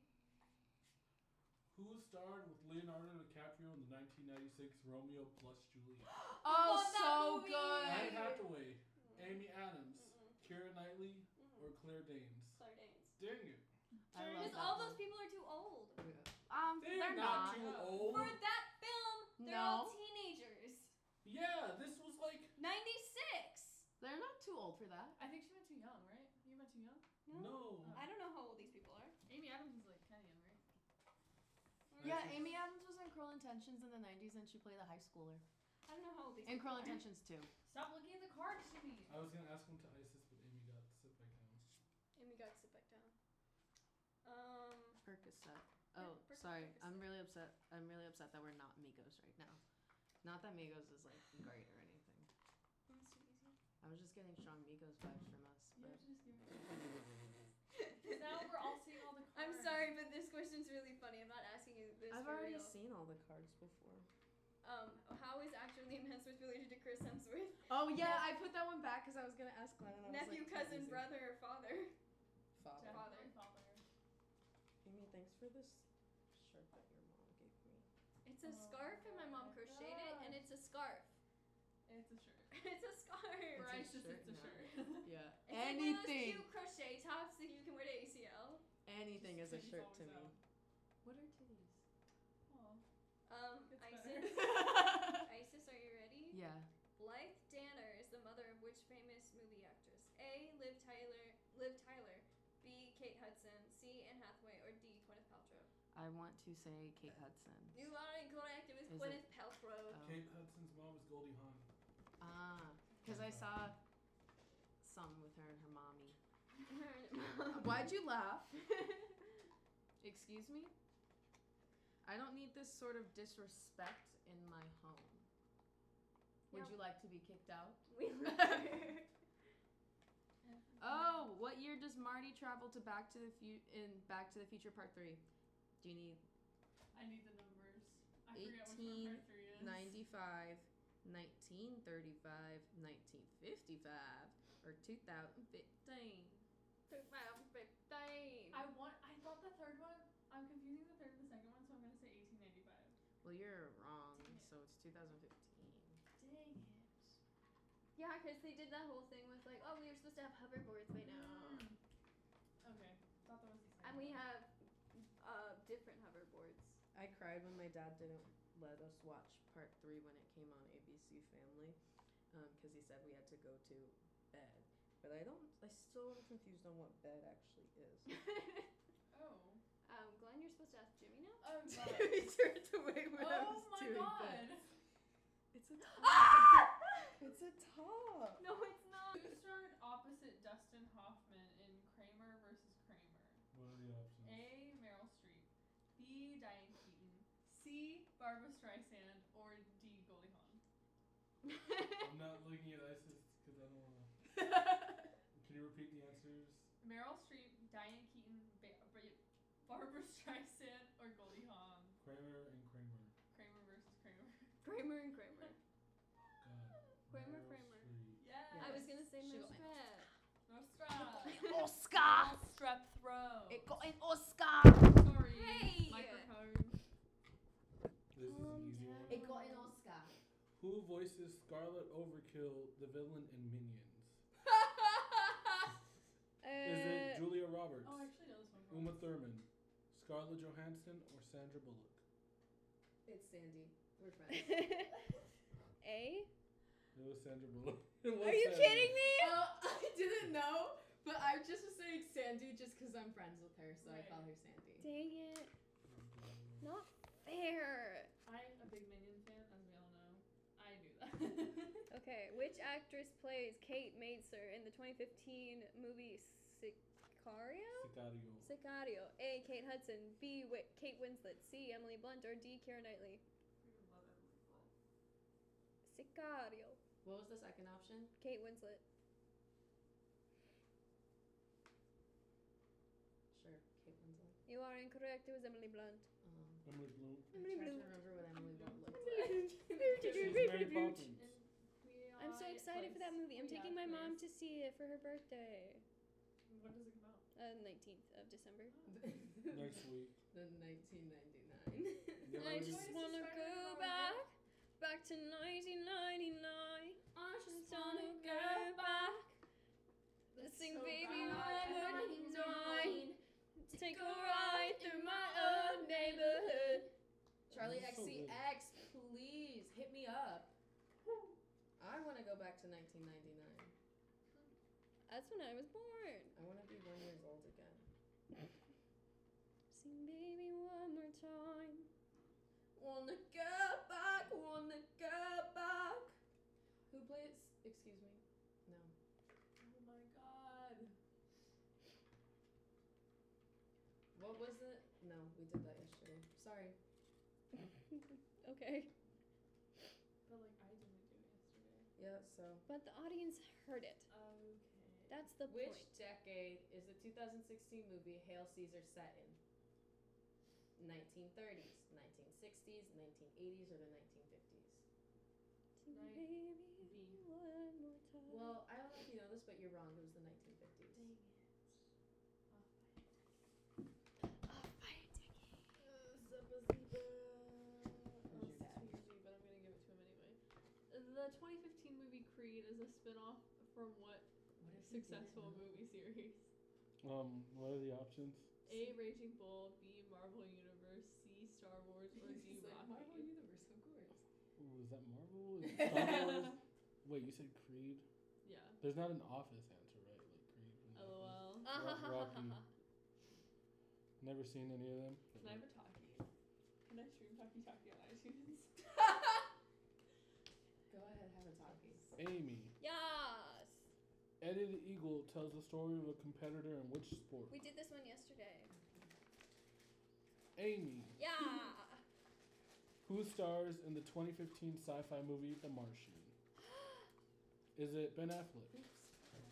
[SPEAKER 4] Who starred with Leonardo DiCaprio in the 1996 Romeo plus Juliet?
[SPEAKER 5] Oh,
[SPEAKER 3] Love that
[SPEAKER 5] so
[SPEAKER 3] movie.
[SPEAKER 5] good.
[SPEAKER 4] Anne Hathaway, Amy Adams,
[SPEAKER 3] Mm-mm.
[SPEAKER 4] Keira Knightley, or Claire Danes?
[SPEAKER 3] Claire Danes.
[SPEAKER 4] Dang it.
[SPEAKER 5] I love
[SPEAKER 3] Mm-hmm. Because
[SPEAKER 5] that
[SPEAKER 3] all
[SPEAKER 5] one.
[SPEAKER 3] those people are too old.
[SPEAKER 5] Um,
[SPEAKER 4] They're,
[SPEAKER 5] they're not.
[SPEAKER 4] not, too
[SPEAKER 2] not.
[SPEAKER 4] old.
[SPEAKER 3] For that film, they're
[SPEAKER 5] No.
[SPEAKER 3] all teenagers.
[SPEAKER 4] Yeah, this was like.
[SPEAKER 3] 96.
[SPEAKER 5] They're not too old for that.
[SPEAKER 2] I think she went too young, right? You went too young?
[SPEAKER 3] No.
[SPEAKER 4] No.
[SPEAKER 5] Oh.
[SPEAKER 3] I don't know how old these people are.
[SPEAKER 2] Amy Adams is like kind of young, right?
[SPEAKER 5] Yeah,
[SPEAKER 4] Nice.
[SPEAKER 5] Amy Adams was in Cruel Intentions in the '90s, and she played a high schooler
[SPEAKER 3] I don't know how old these
[SPEAKER 5] in
[SPEAKER 3] people
[SPEAKER 5] Cruel
[SPEAKER 3] are.
[SPEAKER 5] Intentions too.
[SPEAKER 2] Stop looking at the cards, Jimmy.
[SPEAKER 4] I was gonna ask him to ISIS, but Amy got sit back down.
[SPEAKER 3] And we got to sit back down. Um,
[SPEAKER 5] Percocet.
[SPEAKER 3] Yeah,
[SPEAKER 5] Oh,
[SPEAKER 3] Perc-
[SPEAKER 5] sorry. I'm
[SPEAKER 3] Percocet.
[SPEAKER 5] really upset. I'm really upset that we're not Migos right now. Not that Migos is like great or anything.
[SPEAKER 3] that's too easy.
[SPEAKER 5] I was just getting strong Migos vibes from us.
[SPEAKER 2] You're
[SPEAKER 5] But
[SPEAKER 2] just giving
[SPEAKER 4] Oh.
[SPEAKER 2] Because now we're all seeing all the cards.
[SPEAKER 3] I'm sorry, but this question's really funny. I'm not asking you this
[SPEAKER 5] I've
[SPEAKER 3] for
[SPEAKER 5] already
[SPEAKER 3] real.
[SPEAKER 5] seen all the cards before.
[SPEAKER 3] Um, how is actor Liam Hemsworth related to Chris Hemsworth?
[SPEAKER 5] Oh yeah, I put that one back because I was gonna ask Glenn. And I
[SPEAKER 3] *laughs* Nephew,
[SPEAKER 5] was like,
[SPEAKER 3] cousin,
[SPEAKER 5] easy.
[SPEAKER 3] brother, or father?
[SPEAKER 1] Father.
[SPEAKER 2] Definitely
[SPEAKER 3] Father.
[SPEAKER 2] father.
[SPEAKER 5] Amy, thanks for this shirt that your mom gave me.
[SPEAKER 3] It's a
[SPEAKER 2] Oh
[SPEAKER 3] scarf, and my mom
[SPEAKER 2] my
[SPEAKER 3] crocheted it, and
[SPEAKER 2] God.
[SPEAKER 3] it's a scarf.
[SPEAKER 2] It's a shirt.
[SPEAKER 3] *laughs* It's a scarf.
[SPEAKER 2] Or
[SPEAKER 5] a
[SPEAKER 2] I just,
[SPEAKER 5] shirt
[SPEAKER 2] it's a
[SPEAKER 5] now. *laughs*
[SPEAKER 2] shirt.
[SPEAKER 5] *laughs* Yeah,
[SPEAKER 3] It's like one of those
[SPEAKER 5] anything,
[SPEAKER 3] cute crochet tops that you can wear to ACL.
[SPEAKER 5] anything is a
[SPEAKER 2] Just titties
[SPEAKER 5] shirt to
[SPEAKER 2] always
[SPEAKER 5] me.
[SPEAKER 2] out.
[SPEAKER 5] What are
[SPEAKER 3] *laughs*
[SPEAKER 5] titties?
[SPEAKER 2] Aw,
[SPEAKER 3] Um,
[SPEAKER 2] it's better.
[SPEAKER 3] *laughs* Isis, Isis, are you ready?
[SPEAKER 5] Yeah.
[SPEAKER 3] Blythe Danner is the mother of which famous Tyler, Liv Tyler, B. Kate Hudson, C. Anne Hathaway, or D. Gwyneth Paltrow?
[SPEAKER 5] I want to say Kate Hudson.
[SPEAKER 3] New Law and Golden activist
[SPEAKER 5] Is it-
[SPEAKER 3] Gwyneth Paltrow. *laughs*
[SPEAKER 5] Oh.
[SPEAKER 4] Kate Hudson's mom is Goldie Hawn.
[SPEAKER 5] Ah, because I saw some with her and her
[SPEAKER 3] *laughs*
[SPEAKER 5] mommy. Why'd you laugh? Excuse me? I don't need this sort of disrespect in my home. Would
[SPEAKER 3] Yeah.
[SPEAKER 5] you like to be kicked out?
[SPEAKER 3] we love her.
[SPEAKER 5] Oh, what year does Marty travel to Back to the Fu- in Back to the Future Part 3? Do you need
[SPEAKER 2] I need the numbers. I forget which one part three is.
[SPEAKER 5] 95, 1935, 1955, or 2015?
[SPEAKER 2] I want. I thought the third one. I'm confusing the third and the second one, so I'm gonna say 1895.
[SPEAKER 5] Well, you're wrong,
[SPEAKER 2] Dang it.
[SPEAKER 5] so it's 2015.
[SPEAKER 3] Dang it. Yeah, 'cause they did that whole thing with like, oh, we were supposed to have hoverboards by now, *gasps*
[SPEAKER 2] Hmm. Okay, thought that was the second.
[SPEAKER 3] and we have uh, different *laughs* hoverboards.
[SPEAKER 5] I cried when my dad didn't let us watch part three when it came on ABC Family because he said we had to go to bed. But I don't, I still am confused on what bed actually is. *laughs*
[SPEAKER 2] Oh.
[SPEAKER 3] um, Glenn, you're supposed to ask Jimmy now.
[SPEAKER 2] Oh
[SPEAKER 5] *laughs*
[SPEAKER 2] god.
[SPEAKER 5] we turned away when I
[SPEAKER 2] oh
[SPEAKER 5] was
[SPEAKER 2] my
[SPEAKER 5] doing
[SPEAKER 2] god.
[SPEAKER 5] that. It's a *laughs* It's a top.
[SPEAKER 3] No, it's not.
[SPEAKER 2] Who starred opposite Dustin Hoffman in Kramer versus Kramer?
[SPEAKER 4] What are the options?
[SPEAKER 2] A. Meryl Streep. B. Diane Keaton. C. Barbara Streisand. Or D. Goldie Hawn.
[SPEAKER 4] I'm not looking at ISIS because I don't *laughs* want to. Can you repeat the answers?
[SPEAKER 2] Meryl Streep, Diane Keaton, ba- Bra- Barbara *laughs* Streisand, or Goldie Hawn.
[SPEAKER 4] Kramer and Kramer.
[SPEAKER 2] Kramer versus Kramer.
[SPEAKER 3] Kramer and Kramer.
[SPEAKER 4] God.
[SPEAKER 3] Kramer,
[SPEAKER 4] Meryl
[SPEAKER 3] Kramer.
[SPEAKER 4] Streep.
[SPEAKER 2] Yes.
[SPEAKER 3] I was gonna say
[SPEAKER 5] She
[SPEAKER 3] Meryl
[SPEAKER 5] got my-
[SPEAKER 3] Streep. *laughs*
[SPEAKER 2] Nostra.
[SPEAKER 13] Oscar!
[SPEAKER 2] Strep throat.
[SPEAKER 13] It got an Oscar!
[SPEAKER 2] Sorry.
[SPEAKER 3] Hey! *laughs*
[SPEAKER 2] Microphone.
[SPEAKER 4] This is an easy one.
[SPEAKER 5] It got an Oscar.
[SPEAKER 4] Who voices Scarlet Overkill, the villain in Minions? Is it
[SPEAKER 3] Uh,
[SPEAKER 4] Julia Roberts,
[SPEAKER 2] Oh, I actually know this one.
[SPEAKER 4] Uma
[SPEAKER 2] wrong.
[SPEAKER 4] Thurman, Scarlett Johansson, or Sandra Bullock?
[SPEAKER 5] It's Sandy. We're friends.
[SPEAKER 3] *laughs*
[SPEAKER 5] *laughs*
[SPEAKER 3] A?
[SPEAKER 4] It was Sandra Bullock. *laughs* It was
[SPEAKER 3] Are you
[SPEAKER 4] Sandra.
[SPEAKER 3] kidding me?
[SPEAKER 5] Oh, I didn't know, but I just was saying Sandy just because I'm friends with her, so I call her Sandy.
[SPEAKER 3] Dang it. Not fair.
[SPEAKER 2] I'm a big Minion fan, as we all know. I knew that.
[SPEAKER 3] Okay, which actress plays Kate Maidser in the 2015 movie Sicario?
[SPEAKER 4] Sicario.
[SPEAKER 3] Sicario. A. Kate Hudson. B. Wi- Kate Winslet. C. Emily Blunt. Or D. Keira Knightley. Sicario.
[SPEAKER 5] What was the second option?
[SPEAKER 3] Kate Winslet.
[SPEAKER 5] Sure, Kate Winslet.
[SPEAKER 3] You are incorrect. It was Emily Blunt.
[SPEAKER 5] Um,
[SPEAKER 4] Emily Blunt.
[SPEAKER 5] I'm
[SPEAKER 3] Emily
[SPEAKER 5] trying to
[SPEAKER 3] Blunt.
[SPEAKER 5] remember what Emily Blunt looked like.
[SPEAKER 4] She's
[SPEAKER 3] I'm
[SPEAKER 4] Mary Poppins.
[SPEAKER 3] so excited for that movie. I'm taking my mom to see it for her birthday,
[SPEAKER 2] What does it come out?
[SPEAKER 3] uh, 19th of December.
[SPEAKER 5] *laughs*
[SPEAKER 4] Next
[SPEAKER 3] *laughs*
[SPEAKER 4] week.
[SPEAKER 5] the 1999.
[SPEAKER 4] Yeah,
[SPEAKER 3] I
[SPEAKER 4] but
[SPEAKER 3] just
[SPEAKER 4] it's-
[SPEAKER 3] wanna
[SPEAKER 2] Spider-Man
[SPEAKER 3] go
[SPEAKER 2] Far
[SPEAKER 3] back,
[SPEAKER 2] Away?
[SPEAKER 3] back to 1999. I just wanna
[SPEAKER 2] wanna
[SPEAKER 3] go
[SPEAKER 2] go
[SPEAKER 3] back. Sing baby, my heart is mine. Take a ride through my old
[SPEAKER 2] Oh
[SPEAKER 3] neighborhood.
[SPEAKER 5] *laughs* Charlie
[SPEAKER 4] This is so good.
[SPEAKER 5] XCX, please hit me up. I want to go back to 1999.
[SPEAKER 3] That's when I was born.
[SPEAKER 5] I want to be one years old again.
[SPEAKER 3] Sing baby one more time.
[SPEAKER 5] Wanna go back, wanna go back. Who plays? Excuse me. No.
[SPEAKER 2] Oh my god.
[SPEAKER 5] What was it? No, we did that yesterday. Sorry.
[SPEAKER 3] Okay.
[SPEAKER 2] But like, I didn't do it yesterday.
[SPEAKER 5] Yeah. So.
[SPEAKER 3] But the audience heard it.
[SPEAKER 2] Okay.
[SPEAKER 3] That's the
[SPEAKER 5] Which
[SPEAKER 3] point.
[SPEAKER 5] decade is the 2016 movie Hail Caesar set in? 1930s, 1960s, 1980s, or the 1950s?
[SPEAKER 3] Sing
[SPEAKER 2] Right.
[SPEAKER 3] baby
[SPEAKER 2] B.
[SPEAKER 3] one more time.
[SPEAKER 5] Well, I don't know if you know this, but you're wrong. It was the 1950s.
[SPEAKER 2] Oh, Susie, but I'm gonna give it to him anyway. The 2015 movie Creed is a spin-off from what
[SPEAKER 5] What if you didn't
[SPEAKER 14] *laughs*
[SPEAKER 2] successful
[SPEAKER 5] know?
[SPEAKER 2] movie series?
[SPEAKER 4] Um, what are the options?
[SPEAKER 2] A. Raging Bull, B. Marvel Universe, C. Star Wars,
[SPEAKER 5] *laughs*
[SPEAKER 2] or D.
[SPEAKER 5] He's like,
[SPEAKER 2] Rocky.
[SPEAKER 5] Marvel Universe, of course.
[SPEAKER 4] Ooh, is that Marvel?
[SPEAKER 3] *laughs*
[SPEAKER 4] Is it Star Wars? Wait, you said Creed?
[SPEAKER 2] Yeah.
[SPEAKER 4] There's not an office answer, right? Like Creed.
[SPEAKER 3] Oh, *laughs*
[SPEAKER 4] Ro- Rocky. Never seen any of them.
[SPEAKER 2] Can I have a talkie? Can I stream talkie talkie on *laughs* iTunes?
[SPEAKER 5] Go ahead, have a talkie.
[SPEAKER 4] Amy.
[SPEAKER 3] *laughs* Yes.
[SPEAKER 4] Eddie the Eagle tells the story of a competitor in which sport?
[SPEAKER 3] We did this one yesterday.
[SPEAKER 4] Amy.
[SPEAKER 14] *laughs*
[SPEAKER 3] Yeah. Uh-uh.
[SPEAKER 4] Who stars in the 2015 sci-fi movie The Martian? Is it Ben Affleck?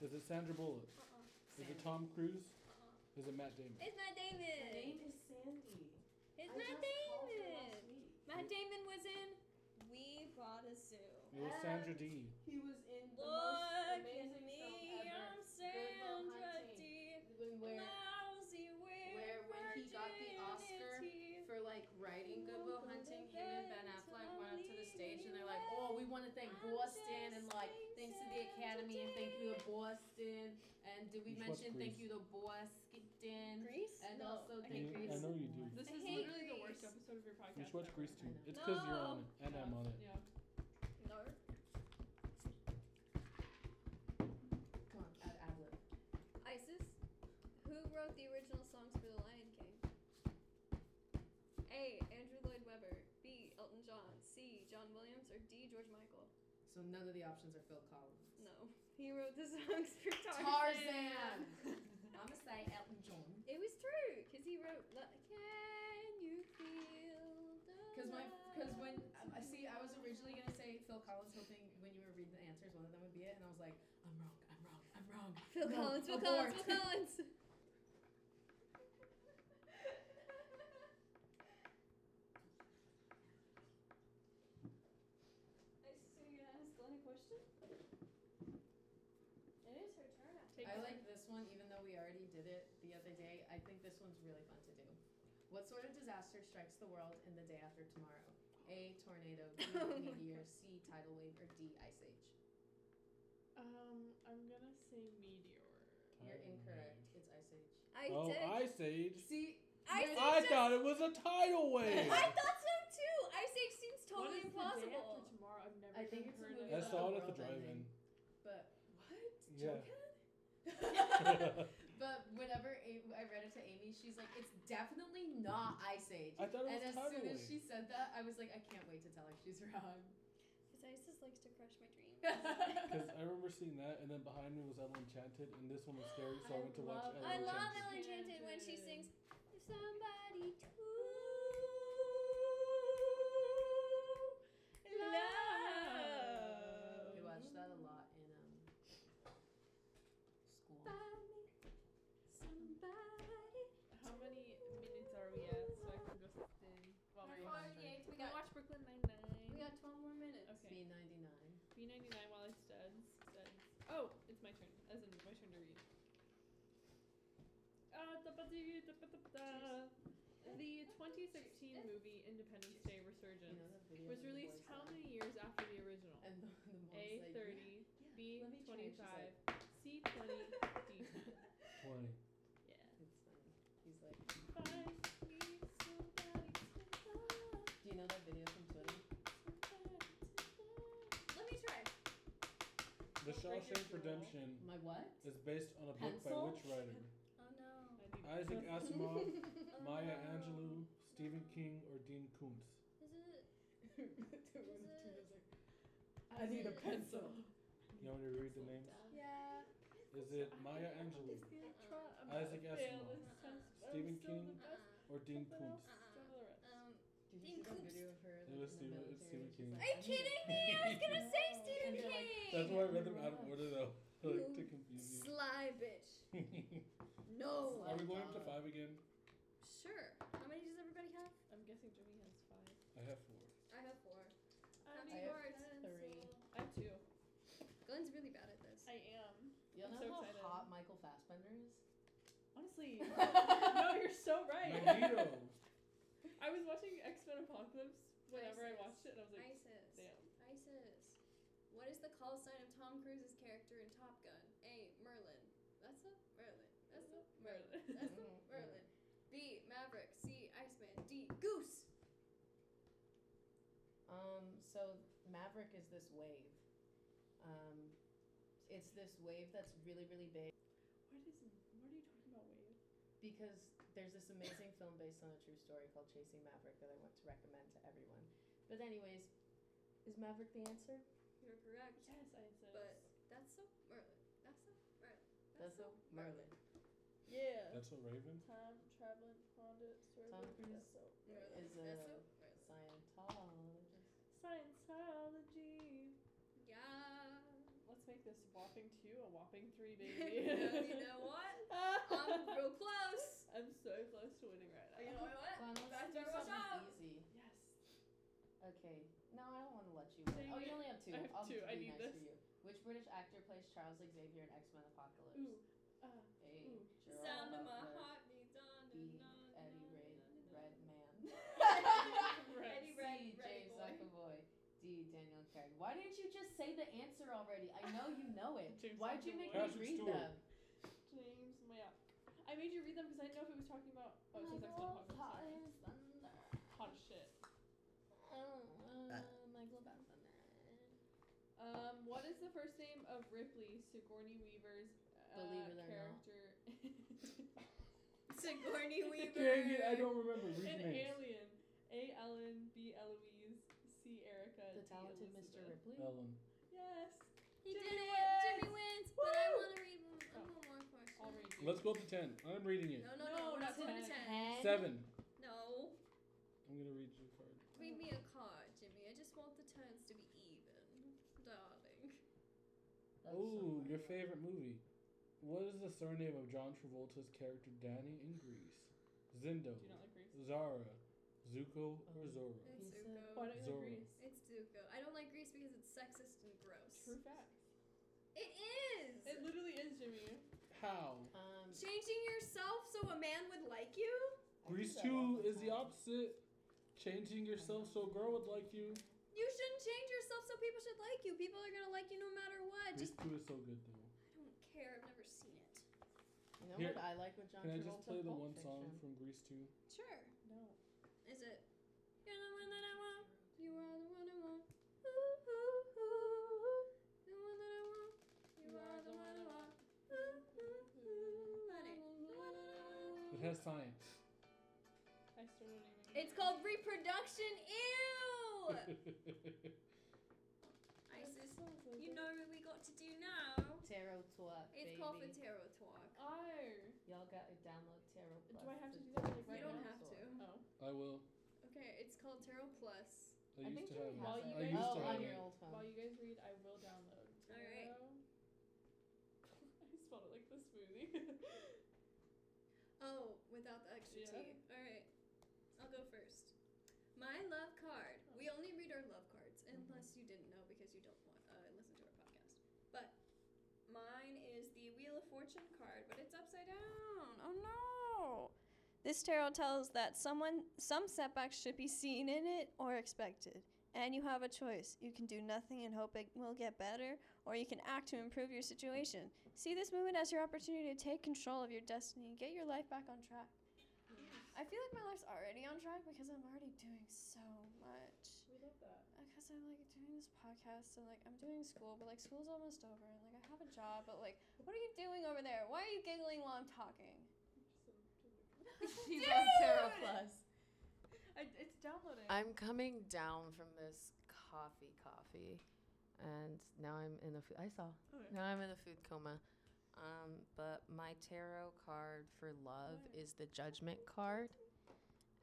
[SPEAKER 4] Is it Sandra Bullock?
[SPEAKER 3] Uh-uh.
[SPEAKER 4] Is it Tom Cruise?
[SPEAKER 3] Uh-uh.
[SPEAKER 4] Is it Matt Damon?
[SPEAKER 3] It's Matt
[SPEAKER 14] Her
[SPEAKER 3] Damon.
[SPEAKER 14] name is Sandy.
[SPEAKER 3] It's
[SPEAKER 14] I
[SPEAKER 3] Matt
[SPEAKER 14] just called her
[SPEAKER 3] Damon.
[SPEAKER 14] last week.
[SPEAKER 3] Matt Damon was in We Bought a Zoo.
[SPEAKER 4] It was Sandra D.
[SPEAKER 14] He was in the most
[SPEAKER 3] Look
[SPEAKER 14] amazing
[SPEAKER 3] at me,
[SPEAKER 14] film ever.
[SPEAKER 3] I'm
[SPEAKER 14] Good Will
[SPEAKER 3] Sandra
[SPEAKER 14] Hunting.
[SPEAKER 3] D.
[SPEAKER 5] When where
[SPEAKER 3] Lousy
[SPEAKER 5] where when he got the Oscar
[SPEAKER 3] virginity.
[SPEAKER 5] for like writing Good Will Hunting, him and Ben Affleck went up to the stage and they're like, "Oh, we want to thank Boston and like thanks to the Academy and thank you to Boston and did we
[SPEAKER 4] Which was
[SPEAKER 5] mention thank you
[SPEAKER 4] Grease?
[SPEAKER 5] to Boston?"
[SPEAKER 3] Grease?
[SPEAKER 5] And
[SPEAKER 3] no,
[SPEAKER 5] also
[SPEAKER 3] I
[SPEAKER 5] Hey,
[SPEAKER 4] You-
[SPEAKER 3] hate
[SPEAKER 5] thank
[SPEAKER 4] I
[SPEAKER 3] Grease.
[SPEAKER 4] know you do.
[SPEAKER 2] This
[SPEAKER 3] I
[SPEAKER 2] is
[SPEAKER 3] hate
[SPEAKER 2] literally the worst
[SPEAKER 3] Grease.
[SPEAKER 2] episode of your podcast.
[SPEAKER 4] You should watch
[SPEAKER 2] ever.
[SPEAKER 4] Grease
[SPEAKER 5] I
[SPEAKER 4] too.
[SPEAKER 5] know.
[SPEAKER 4] It's because you're
[SPEAKER 3] No.
[SPEAKER 4] on it, and I'm on it.
[SPEAKER 2] Yeah.
[SPEAKER 3] Nerd.
[SPEAKER 5] Come on, ad ad lib.
[SPEAKER 3] Isis, who wrote the original songs for The Lion King? A. Andrew Lloyd Webber. B. Elton John. C. John Williams. Or D. George Michael.
[SPEAKER 5] So none of the options are Phil Collins.
[SPEAKER 3] No, *laughs* he wrote the songs for Tarzan.
[SPEAKER 5] Tarzan. *laughs* I'm gonna say Elton John.
[SPEAKER 3] It was true, cause he wrote. Like, Can you feel the?
[SPEAKER 5] Because my, because when
[SPEAKER 3] love
[SPEAKER 5] I see, I was originally gonna say Phil Collins, hoping when you were reading the answers, one of them would be it, and I was like, I'm wrong, I'm wrong, I'm wrong.
[SPEAKER 3] Phil
[SPEAKER 5] No,
[SPEAKER 3] Collins, Phil
[SPEAKER 5] abort.
[SPEAKER 3] Collins, Phil Collins.
[SPEAKER 2] uh, Take
[SPEAKER 5] I
[SPEAKER 2] it.
[SPEAKER 5] like this one, even though we already did it the other day. I think this one's really fun to do. What sort of disaster strikes the world in the day after tomorrow? A tornado, B meteor, C tidal wave, or D ice age.
[SPEAKER 2] Um, I'm gonna say meteor.
[SPEAKER 5] You're
[SPEAKER 4] Tidal
[SPEAKER 5] incorrect.
[SPEAKER 4] wave.
[SPEAKER 5] It's ice age.
[SPEAKER 3] I
[SPEAKER 4] Oh,
[SPEAKER 3] did.
[SPEAKER 4] Ice Age.
[SPEAKER 5] See,
[SPEAKER 3] Ice
[SPEAKER 5] Ice
[SPEAKER 4] I
[SPEAKER 3] Age
[SPEAKER 4] thought it was a tidal wave.
[SPEAKER 3] *laughs* Seems, I thought so too. Ice Age seems
[SPEAKER 2] What
[SPEAKER 3] totally
[SPEAKER 2] is The day
[SPEAKER 3] impossible.
[SPEAKER 2] after tomorrow? I've never
[SPEAKER 5] I think
[SPEAKER 2] even
[SPEAKER 5] it's a
[SPEAKER 2] heard
[SPEAKER 5] movie
[SPEAKER 2] of
[SPEAKER 4] I
[SPEAKER 5] about
[SPEAKER 2] it.
[SPEAKER 4] saw it
[SPEAKER 3] *laughs*
[SPEAKER 4] at the
[SPEAKER 5] world
[SPEAKER 4] drive-in.
[SPEAKER 5] ending. but what?
[SPEAKER 4] Yeah.
[SPEAKER 5] Jughead?
[SPEAKER 4] *laughs*
[SPEAKER 5] But whenever A- I read it to Amy, she's like, "It's definitely not Ice Age."
[SPEAKER 4] I thought it
[SPEAKER 5] and as
[SPEAKER 4] was tidal
[SPEAKER 5] soon
[SPEAKER 4] wave.
[SPEAKER 5] as she said that, I was like, "I can't wait to tell her she's
[SPEAKER 4] *laughs*
[SPEAKER 5] wrong."
[SPEAKER 3] Because Isis likes to crush my dreams.
[SPEAKER 2] *laughs*
[SPEAKER 4] Because I remember seeing that, and then behind me was Ella Enchanted, and this one was scary, so
[SPEAKER 5] I
[SPEAKER 4] I, went to watch
[SPEAKER 5] love-
[SPEAKER 4] Ella
[SPEAKER 3] I love
[SPEAKER 4] Enchanted.
[SPEAKER 3] Ellen Enchanted when she
[SPEAKER 5] Enchanted.
[SPEAKER 3] sings, If somebody to love.
[SPEAKER 5] we watched that a lot in um, school.
[SPEAKER 3] Find me Somebody.
[SPEAKER 2] How many minutes are we at? So I can just in while
[SPEAKER 3] We're
[SPEAKER 2] we watch.
[SPEAKER 3] 48. We
[SPEAKER 2] We
[SPEAKER 3] got,
[SPEAKER 2] watch Brooklyn Nine Nine.
[SPEAKER 3] we got 12 more minutes.
[SPEAKER 2] Okay.
[SPEAKER 5] B ninety nine.
[SPEAKER 2] B ninety nine while I studs. Studs. Oh, it's my turn. As in my turn to read. Uh, da ba dee, da ba da ba da. The 2016 movie Independence Day
[SPEAKER 5] You know
[SPEAKER 2] Resurgence
[SPEAKER 5] that video.
[SPEAKER 2] was
[SPEAKER 5] of the
[SPEAKER 2] released
[SPEAKER 5] boys
[SPEAKER 2] how
[SPEAKER 5] out?
[SPEAKER 2] many years after the original?
[SPEAKER 5] *laughs* And the, the mom's
[SPEAKER 2] A
[SPEAKER 5] like,
[SPEAKER 2] thirty,
[SPEAKER 5] "Yeah,
[SPEAKER 2] B
[SPEAKER 5] let me try,"
[SPEAKER 2] twenty
[SPEAKER 5] and she's
[SPEAKER 2] five,
[SPEAKER 5] like,
[SPEAKER 2] C twenty, D ten.
[SPEAKER 4] 20.
[SPEAKER 2] Yeah.
[SPEAKER 5] *laughs* It's funny. He's like,
[SPEAKER 2] Find me somebody to love,
[SPEAKER 5] "Do you know that video from Twitter?"
[SPEAKER 2] somebody to love.
[SPEAKER 3] Let me try.
[SPEAKER 4] The
[SPEAKER 2] Don't break
[SPEAKER 4] Shawshank
[SPEAKER 2] your soul.
[SPEAKER 4] Redemption
[SPEAKER 5] My what?
[SPEAKER 4] is based on a book by
[SPEAKER 5] Pencil?
[SPEAKER 4] which writer?
[SPEAKER 3] Oh no.
[SPEAKER 2] I think-
[SPEAKER 5] *laughs*
[SPEAKER 4] Isaac Asimov,
[SPEAKER 3] Oh,
[SPEAKER 4] *laughs* Maya
[SPEAKER 3] no.
[SPEAKER 4] Angelou, Stephen King, or Dean Koontz?
[SPEAKER 3] Is it?
[SPEAKER 5] I need a
[SPEAKER 3] it-
[SPEAKER 2] *laughs*
[SPEAKER 5] pencil.
[SPEAKER 4] You want me to read the names?
[SPEAKER 3] Yeah.
[SPEAKER 4] Is it Maya Angelou,
[SPEAKER 2] Try- I'm
[SPEAKER 4] Isaac
[SPEAKER 2] gonna fail
[SPEAKER 4] Asimov,
[SPEAKER 2] this test. I'm
[SPEAKER 4] Stephen
[SPEAKER 2] still the
[SPEAKER 3] Uh-uh.
[SPEAKER 4] King, or Dean
[SPEAKER 2] best. Something
[SPEAKER 4] Koontz?
[SPEAKER 2] else, still the rest.
[SPEAKER 3] Um,
[SPEAKER 5] Did
[SPEAKER 3] Dean
[SPEAKER 5] you see that
[SPEAKER 3] Koontz.
[SPEAKER 5] video of her?
[SPEAKER 4] It
[SPEAKER 5] Like,
[SPEAKER 4] was
[SPEAKER 5] in
[SPEAKER 4] Stephen-
[SPEAKER 5] the
[SPEAKER 4] it's
[SPEAKER 5] military, she's
[SPEAKER 4] Stephen King.
[SPEAKER 5] like, "I need
[SPEAKER 3] Are you kidding
[SPEAKER 5] a
[SPEAKER 3] me? I was gonna *laughs* say
[SPEAKER 5] pencil." And
[SPEAKER 3] Stephen
[SPEAKER 5] they're like,
[SPEAKER 3] King.
[SPEAKER 4] That's why I read them out of order though, *laughs* like to
[SPEAKER 3] You
[SPEAKER 4] confuse *laughs* you.
[SPEAKER 3] Sly bitch.
[SPEAKER 5] No.
[SPEAKER 4] Are we going up to five again?
[SPEAKER 3] Sure. How many does everybody have?
[SPEAKER 2] I'm guessing Jimmy has five.
[SPEAKER 4] I have four.
[SPEAKER 3] I have four.
[SPEAKER 2] I
[SPEAKER 3] That's
[SPEAKER 2] need-
[SPEAKER 5] have
[SPEAKER 3] yours.
[SPEAKER 5] three.
[SPEAKER 2] I have two.
[SPEAKER 3] Glenn's really bad at this.
[SPEAKER 2] I am.
[SPEAKER 5] You
[SPEAKER 2] I'm
[SPEAKER 5] know
[SPEAKER 2] so
[SPEAKER 5] how
[SPEAKER 2] excited.
[SPEAKER 5] hot Michael Fassbender
[SPEAKER 4] *laughs*
[SPEAKER 5] is?
[SPEAKER 2] Honestly, *laughs* no, you're so right.
[SPEAKER 4] Magneto.
[SPEAKER 2] *laughs* I was watching X Men Apocalypse whenever I watched it, and I was like,
[SPEAKER 3] Isis.
[SPEAKER 2] damn.
[SPEAKER 3] Isis. What is the call sign of Tom Cruise's character in Top Gun? A. Merlin. That's a Merlin. That's a Merlin.
[SPEAKER 2] *laughs*
[SPEAKER 3] That's a
[SPEAKER 5] Mm-hmm.
[SPEAKER 3] Merlin. B. Maverick. C. Iceman. D. Goose.
[SPEAKER 5] Um, so Maverick is this wave. Um, it's this wave that's really, really big.
[SPEAKER 2] What is? What are you talking
[SPEAKER 5] because there's this amazing film based on a true story called Chasing Maverick that I want to recommend to everyone. But anyways, is Maverick the answer?
[SPEAKER 3] You're correct.
[SPEAKER 5] Yes, I said.
[SPEAKER 3] But that's so Merlin. That's so Merlin.
[SPEAKER 5] that's a Merlin.
[SPEAKER 2] Yeah.
[SPEAKER 4] That's a raven?
[SPEAKER 2] Time traveling pondit
[SPEAKER 5] Tom
[SPEAKER 2] swerving
[SPEAKER 5] Cruise
[SPEAKER 2] vessel.
[SPEAKER 5] is a
[SPEAKER 3] That's so
[SPEAKER 5] Scientologist.
[SPEAKER 2] *laughs* Scientology.
[SPEAKER 3] Yeah.
[SPEAKER 2] Let's make this whopping two a whopping three, baby.
[SPEAKER 3] *laughs* you know
[SPEAKER 2] *laughs*
[SPEAKER 3] what? I'm real close.
[SPEAKER 2] I'm so close to winning right now.
[SPEAKER 3] You know what?
[SPEAKER 5] Come on, let's
[SPEAKER 3] Back
[SPEAKER 5] do
[SPEAKER 3] door, watch out.
[SPEAKER 5] something easy.
[SPEAKER 2] Yes.
[SPEAKER 3] *laughs*
[SPEAKER 5] Okay. No, I don't want to let you
[SPEAKER 2] So
[SPEAKER 5] win.
[SPEAKER 2] you
[SPEAKER 5] Oh, you
[SPEAKER 2] get-
[SPEAKER 5] only have two.
[SPEAKER 2] I have
[SPEAKER 5] I'll
[SPEAKER 2] two.
[SPEAKER 5] be
[SPEAKER 2] I need
[SPEAKER 5] nice
[SPEAKER 2] this.
[SPEAKER 5] to you. Which British actor plays Charles Xavier in X Men Apocalypse?
[SPEAKER 2] Ooh. Uh,
[SPEAKER 5] A.
[SPEAKER 2] ooh.
[SPEAKER 5] Gerard
[SPEAKER 3] Sound of my
[SPEAKER 5] Butler.
[SPEAKER 3] heart beats on
[SPEAKER 5] B.
[SPEAKER 3] and on and
[SPEAKER 5] Eddie Ray,
[SPEAKER 3] on
[SPEAKER 5] E
[SPEAKER 3] and on.
[SPEAKER 5] Red Man. *laughs*
[SPEAKER 2] Oh,
[SPEAKER 5] Uh,
[SPEAKER 2] Right.
[SPEAKER 3] Eddie Red,
[SPEAKER 5] C.
[SPEAKER 3] Reddy
[SPEAKER 5] James
[SPEAKER 3] boy.
[SPEAKER 5] McAvoy. D. Daniel Craig. Why didn't you just say the answer already? I know you know it.
[SPEAKER 2] James
[SPEAKER 5] Why'd you make me
[SPEAKER 4] McAvoy.
[SPEAKER 5] read
[SPEAKER 4] Patrick Stewart.
[SPEAKER 5] them?
[SPEAKER 2] James Mayock. I made you read them because I didn't know if it was talking about. Oh, it says X Men Apocalypse. sorry. Hot as shit. Um, what is the first name of Ripley, Sigourney Weaver's uh,
[SPEAKER 5] Believe it or not.
[SPEAKER 2] character?
[SPEAKER 3] *laughs*
[SPEAKER 2] *laughs*
[SPEAKER 3] Sigourney Weaver.
[SPEAKER 4] *laughs* Dang it, I don't remember. Read
[SPEAKER 2] An
[SPEAKER 4] names.
[SPEAKER 2] alien. A. Ellen, B. Eloise, C. Erica.
[SPEAKER 5] The
[SPEAKER 2] D.
[SPEAKER 5] talented Mr.
[SPEAKER 2] Elizabeth.
[SPEAKER 5] Ripley.
[SPEAKER 4] Ellen.
[SPEAKER 2] Yes.
[SPEAKER 3] He
[SPEAKER 2] Jimmy
[SPEAKER 3] did it.
[SPEAKER 2] wins.
[SPEAKER 3] Jimmy wins. But I
[SPEAKER 2] Woo.
[SPEAKER 3] want to read one, I
[SPEAKER 2] Oh.
[SPEAKER 3] want one more question.
[SPEAKER 2] I'll read you.
[SPEAKER 4] Let's go up to 10. I'm reading it.
[SPEAKER 3] No, no, no.
[SPEAKER 2] No,
[SPEAKER 3] We're not
[SPEAKER 2] not
[SPEAKER 3] going to
[SPEAKER 2] ten.
[SPEAKER 5] And-
[SPEAKER 3] 10.
[SPEAKER 4] 7.
[SPEAKER 3] No.
[SPEAKER 4] I'm going to read you a card.
[SPEAKER 3] Read me a card, Jimmy. I just want the tens to be even, darling.
[SPEAKER 5] That's
[SPEAKER 4] Ooh,
[SPEAKER 5] somewhere.
[SPEAKER 4] your favorite movie. What is the surname of John Travolta's character Danny in Greece? Zindo,
[SPEAKER 2] Do you not like Grease?
[SPEAKER 4] Zara, Zuko, or Zora?
[SPEAKER 3] It's
[SPEAKER 5] said-
[SPEAKER 2] Why
[SPEAKER 3] Zuko.
[SPEAKER 4] Zorro.
[SPEAKER 2] don't you like Grease?
[SPEAKER 3] It's Zuko. I don't like Greece because it's sexist and gross.
[SPEAKER 2] True facts.
[SPEAKER 3] It is.
[SPEAKER 2] It literally is, Jimmy.
[SPEAKER 4] How?
[SPEAKER 5] Um,
[SPEAKER 3] Changing yourself so a man would like you.
[SPEAKER 5] I do
[SPEAKER 4] Grease
[SPEAKER 5] that all
[SPEAKER 4] 2 is the
[SPEAKER 5] time.
[SPEAKER 4] opposite. Changing yourself so a girl would like you.
[SPEAKER 3] You shouldn't change yourself so people should like you. People are gonna like you no matter what.
[SPEAKER 4] Grease
[SPEAKER 3] Just
[SPEAKER 4] 2 is so good, though.
[SPEAKER 3] I don't care. I've never seen it.
[SPEAKER 5] You know
[SPEAKER 4] Here,
[SPEAKER 5] what I like with John
[SPEAKER 4] Can I
[SPEAKER 5] Travolta?
[SPEAKER 4] just play the
[SPEAKER 5] Pulp
[SPEAKER 4] one
[SPEAKER 5] Fiction.
[SPEAKER 4] song from Grease 2?
[SPEAKER 3] Sure.
[SPEAKER 2] No.
[SPEAKER 3] Is it? You're the one that I want. You are the one I want. Ooh, ooh, ooh. The one that I want. You are the one I want. Ooh, ooh, ooh. Honey, the one that I want.
[SPEAKER 4] It has science.
[SPEAKER 2] I still don't even.
[SPEAKER 3] It's called reproduction. Ew. Isis,
[SPEAKER 2] Oh,
[SPEAKER 3] you know what we got to do now?
[SPEAKER 5] Tarot Twat.
[SPEAKER 3] It's
[SPEAKER 5] baby.
[SPEAKER 3] called the tarot talk.
[SPEAKER 2] Oh.
[SPEAKER 5] Y'all gotta download Tarot Plus.
[SPEAKER 2] Do I have
[SPEAKER 5] It's
[SPEAKER 2] to do that like
[SPEAKER 3] You
[SPEAKER 2] right
[SPEAKER 3] don't
[SPEAKER 2] now?
[SPEAKER 3] have to.
[SPEAKER 2] Oh.
[SPEAKER 4] *laughs* I will.
[SPEAKER 3] Okay, it's called Tarot Plus.
[SPEAKER 5] I
[SPEAKER 4] I used
[SPEAKER 5] think
[SPEAKER 4] to
[SPEAKER 5] Jimmy
[SPEAKER 4] have
[SPEAKER 5] has
[SPEAKER 2] While
[SPEAKER 5] it.
[SPEAKER 2] you
[SPEAKER 4] it. I
[SPEAKER 2] guys-
[SPEAKER 4] used
[SPEAKER 5] oh,
[SPEAKER 4] to
[SPEAKER 5] on
[SPEAKER 4] have
[SPEAKER 5] your
[SPEAKER 4] it.
[SPEAKER 5] old phone.
[SPEAKER 2] While you guys read, I will download.
[SPEAKER 3] Alright.
[SPEAKER 2] Tarot. *laughs* I spelled it like the
[SPEAKER 3] *laughs*
[SPEAKER 2] smoothie. *laughs*
[SPEAKER 3] Oh, without the extra
[SPEAKER 2] Yeah.
[SPEAKER 3] T. All right, I'll go first. My love card. We only read our love cards, unless you didn't know because you don't want, uh, listen to our podcast. But mine is the Wheel of Fortune card, but it's upside down. Oh no! This tarot tells that someone some setbacks should be seen in it or expected. And you have a choice. You can do nothing and hope it will get better, or you can act to improve your situation. See this moment as your opportunity to take control of your destiny and get your life back on track. I feel like my life's already on track because I'm already doing so much.
[SPEAKER 2] we love that.
[SPEAKER 3] Because I'm like doing this podcast and like I'm doing school, but like school's almost over and like I have a job, but like what are you doing over there? Why are you giggling while I'm talking?
[SPEAKER 5] She's on Tarot
[SPEAKER 3] Dude!
[SPEAKER 5] Plus.
[SPEAKER 2] I, it's downloading.
[SPEAKER 5] I'm coming down from this coffee, coffee, and now I'm in a food. I saw.
[SPEAKER 2] Okay.
[SPEAKER 5] Now I'm in a food coma. Um, but my tarot card for love
[SPEAKER 2] What? Oh,
[SPEAKER 5] is the Judgment card.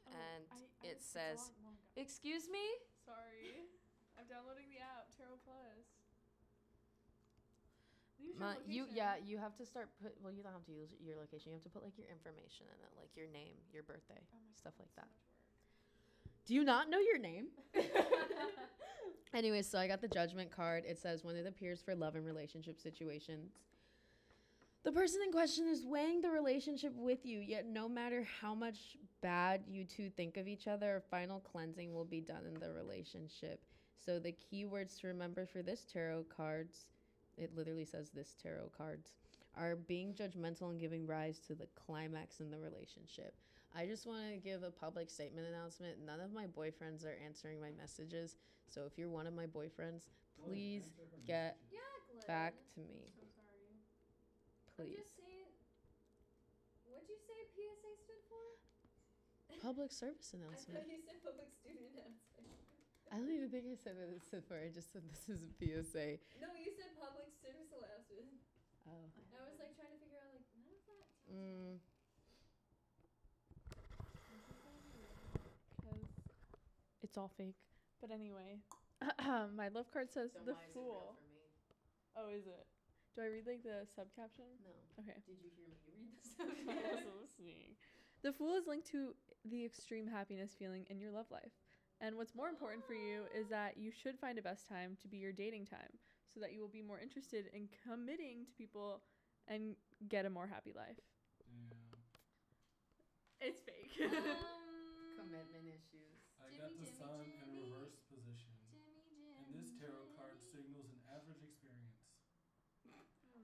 [SPEAKER 5] and it
[SPEAKER 2] it's a
[SPEAKER 5] says-
[SPEAKER 2] lot
[SPEAKER 5] *laughs*
[SPEAKER 2] longer. *laughs*
[SPEAKER 5] Excuse me.
[SPEAKER 2] Sorry. I'm downloading the app, Tarot Plus. Leave
[SPEAKER 5] My,
[SPEAKER 2] your
[SPEAKER 5] you
[SPEAKER 2] location.
[SPEAKER 5] yeah. You have to start put. Well, you don't have to use your location. You have to put like your information in it, like your name, your birthday,
[SPEAKER 2] Oh my
[SPEAKER 5] stuff like that.
[SPEAKER 2] God,
[SPEAKER 5] Do you not know your name?
[SPEAKER 2] so much work.
[SPEAKER 5] Anyways, so I got the judgment card. It says when it appears for love and relationship situations. The person in question is weighing the relationship with you, yet no matter how much bad you two think of each other, a final cleansing will be done in the relationship. So the keywords to remember for this tarot cards, it literally says this tarot cards, are being judgmental and giving rise to the climax in the relationship. I just want to give a public statement announcement. None of my boyfriends are answering my messages. So if you're one of my boyfriends, please get
[SPEAKER 3] Yeah, Glenn.
[SPEAKER 5] back to me.
[SPEAKER 2] so sorry.
[SPEAKER 5] Please.
[SPEAKER 3] I'm just saying. What'd you say? PSA stood for?
[SPEAKER 5] Public service
[SPEAKER 3] I
[SPEAKER 5] announcement.
[SPEAKER 3] thought you said public student announcement.
[SPEAKER 5] I don't even think I said that this before. I just said this is a PSA.
[SPEAKER 3] No, you said public service announcement.
[SPEAKER 5] Oh.
[SPEAKER 3] I was like trying to figure out like none of that.
[SPEAKER 5] Mm.
[SPEAKER 2] Because it's all fake. But anyway, *clears throat* my love card says
[SPEAKER 15] Then
[SPEAKER 2] the
[SPEAKER 15] why is it real for
[SPEAKER 2] fool.
[SPEAKER 15] me?
[SPEAKER 2] Oh, is it? Do I read like the sub caption?
[SPEAKER 15] No.
[SPEAKER 5] *laughs*
[SPEAKER 2] Okay. *laughs*
[SPEAKER 15] Did you hear me read this? *laughs*
[SPEAKER 2] I wasn't listening. The fool is linked to the extreme happiness feeling in your love life. And what's more important for you is that you should find a best time to be your dating time so that you will be more interested in committing to people and get a more happy life. It's fake.
[SPEAKER 5] Commitment issues.
[SPEAKER 4] I got the sun in reverse position. and this tarot card signals an average experience.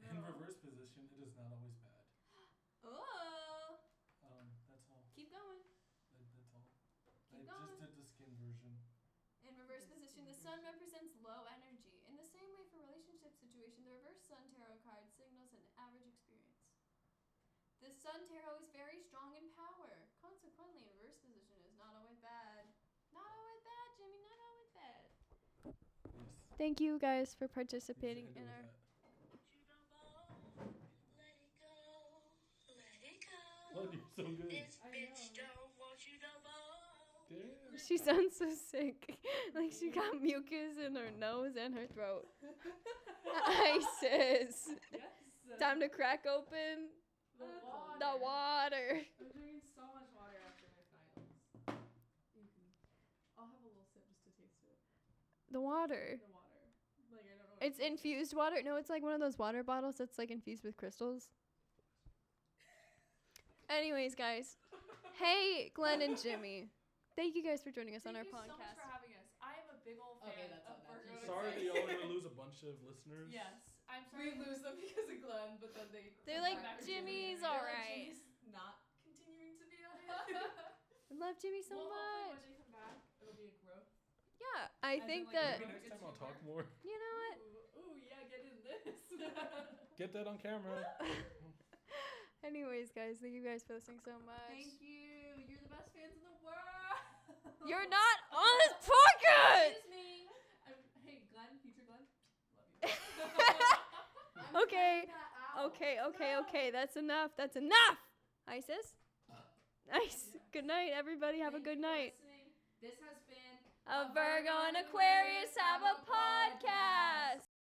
[SPEAKER 4] In reverse position, it is not always bad.
[SPEAKER 3] Oh,
[SPEAKER 4] Um, that's all.
[SPEAKER 3] keep going.
[SPEAKER 4] That, that's all. I
[SPEAKER 3] Keep
[SPEAKER 4] just
[SPEAKER 3] going.
[SPEAKER 4] did the skin version.
[SPEAKER 3] In reverse position, the sun represents low energy. In the same way for relationship situation, the reverse sun tarot card signals an average experience. The sun tarot is very strong in power. Consequently, in reverse position is not always bad. Not always bad, Jimmy. Not always bad.
[SPEAKER 2] Thank you guys for participating in our.
[SPEAKER 4] *laughs* Oh, you're so good.
[SPEAKER 2] She sounds so sick. *laughs* like she got mucus in her nose and her
[SPEAKER 16] *laughs*
[SPEAKER 2] throat. *laughs* Isis. Time to crack open
[SPEAKER 16] The water.
[SPEAKER 2] the water.
[SPEAKER 16] I'm drinking so much water after my finals. I'll have a little sip just to taste it.
[SPEAKER 2] The water.
[SPEAKER 16] The water. Like I don't know. what
[SPEAKER 2] Er. It's
[SPEAKER 16] it tastes like.
[SPEAKER 2] infused water. No, it's like one of those water bottles that's like infused with crystals. Anyways, guys. Hey, Glenn and Jimmy. Thank you guys for joining us
[SPEAKER 16] Thank
[SPEAKER 2] on our
[SPEAKER 16] you so much
[SPEAKER 2] podcast.
[SPEAKER 16] for having us. I am a big old fan
[SPEAKER 5] Okay, that's
[SPEAKER 16] of
[SPEAKER 5] all that
[SPEAKER 16] Virgo.
[SPEAKER 5] matters.
[SPEAKER 4] Sorry that
[SPEAKER 16] Express.
[SPEAKER 4] y'all going to lose a bunch of listeners.
[SPEAKER 16] Yes, I'm sorry.
[SPEAKER 17] We lose them because of Glenn, but then they.
[SPEAKER 2] They're
[SPEAKER 17] come
[SPEAKER 2] like,
[SPEAKER 17] back to Jimmy."
[SPEAKER 2] "Jimmy's
[SPEAKER 17] They're like,
[SPEAKER 2] alright.
[SPEAKER 17] "Jimmy's Not continuing to be on it.
[SPEAKER 2] I love Jimmy so
[SPEAKER 16] well, hopefully
[SPEAKER 2] much.
[SPEAKER 16] when they come back, it'll be a growth.
[SPEAKER 2] Yeah, I
[SPEAKER 16] As in,
[SPEAKER 2] think
[SPEAKER 16] like,
[SPEAKER 2] that.
[SPEAKER 3] *laughs*
[SPEAKER 4] Maybe next time I'll talk more.
[SPEAKER 2] You know what?
[SPEAKER 16] Ooh, ooh, yeah, get in this. *laughs*
[SPEAKER 4] Get that on camera.
[SPEAKER 2] *laughs* Anyways, guys, thank you guys for listening so much.
[SPEAKER 17] Thank you. You're the best fans in the world. *laughs*
[SPEAKER 2] You're not on *laughs* this podcast.
[SPEAKER 17] Excuse me. I'm, hey, Glenn, future Glenn.
[SPEAKER 2] *laughs*
[SPEAKER 17] *laughs*
[SPEAKER 2] okay. Okay, okay, okay. That's enough. That's enough. Isis?
[SPEAKER 17] Uh,
[SPEAKER 2] Nice. Good night, everybody. Have a good night.
[SPEAKER 17] This has been
[SPEAKER 2] A Virgo and Aquarius have a podcast.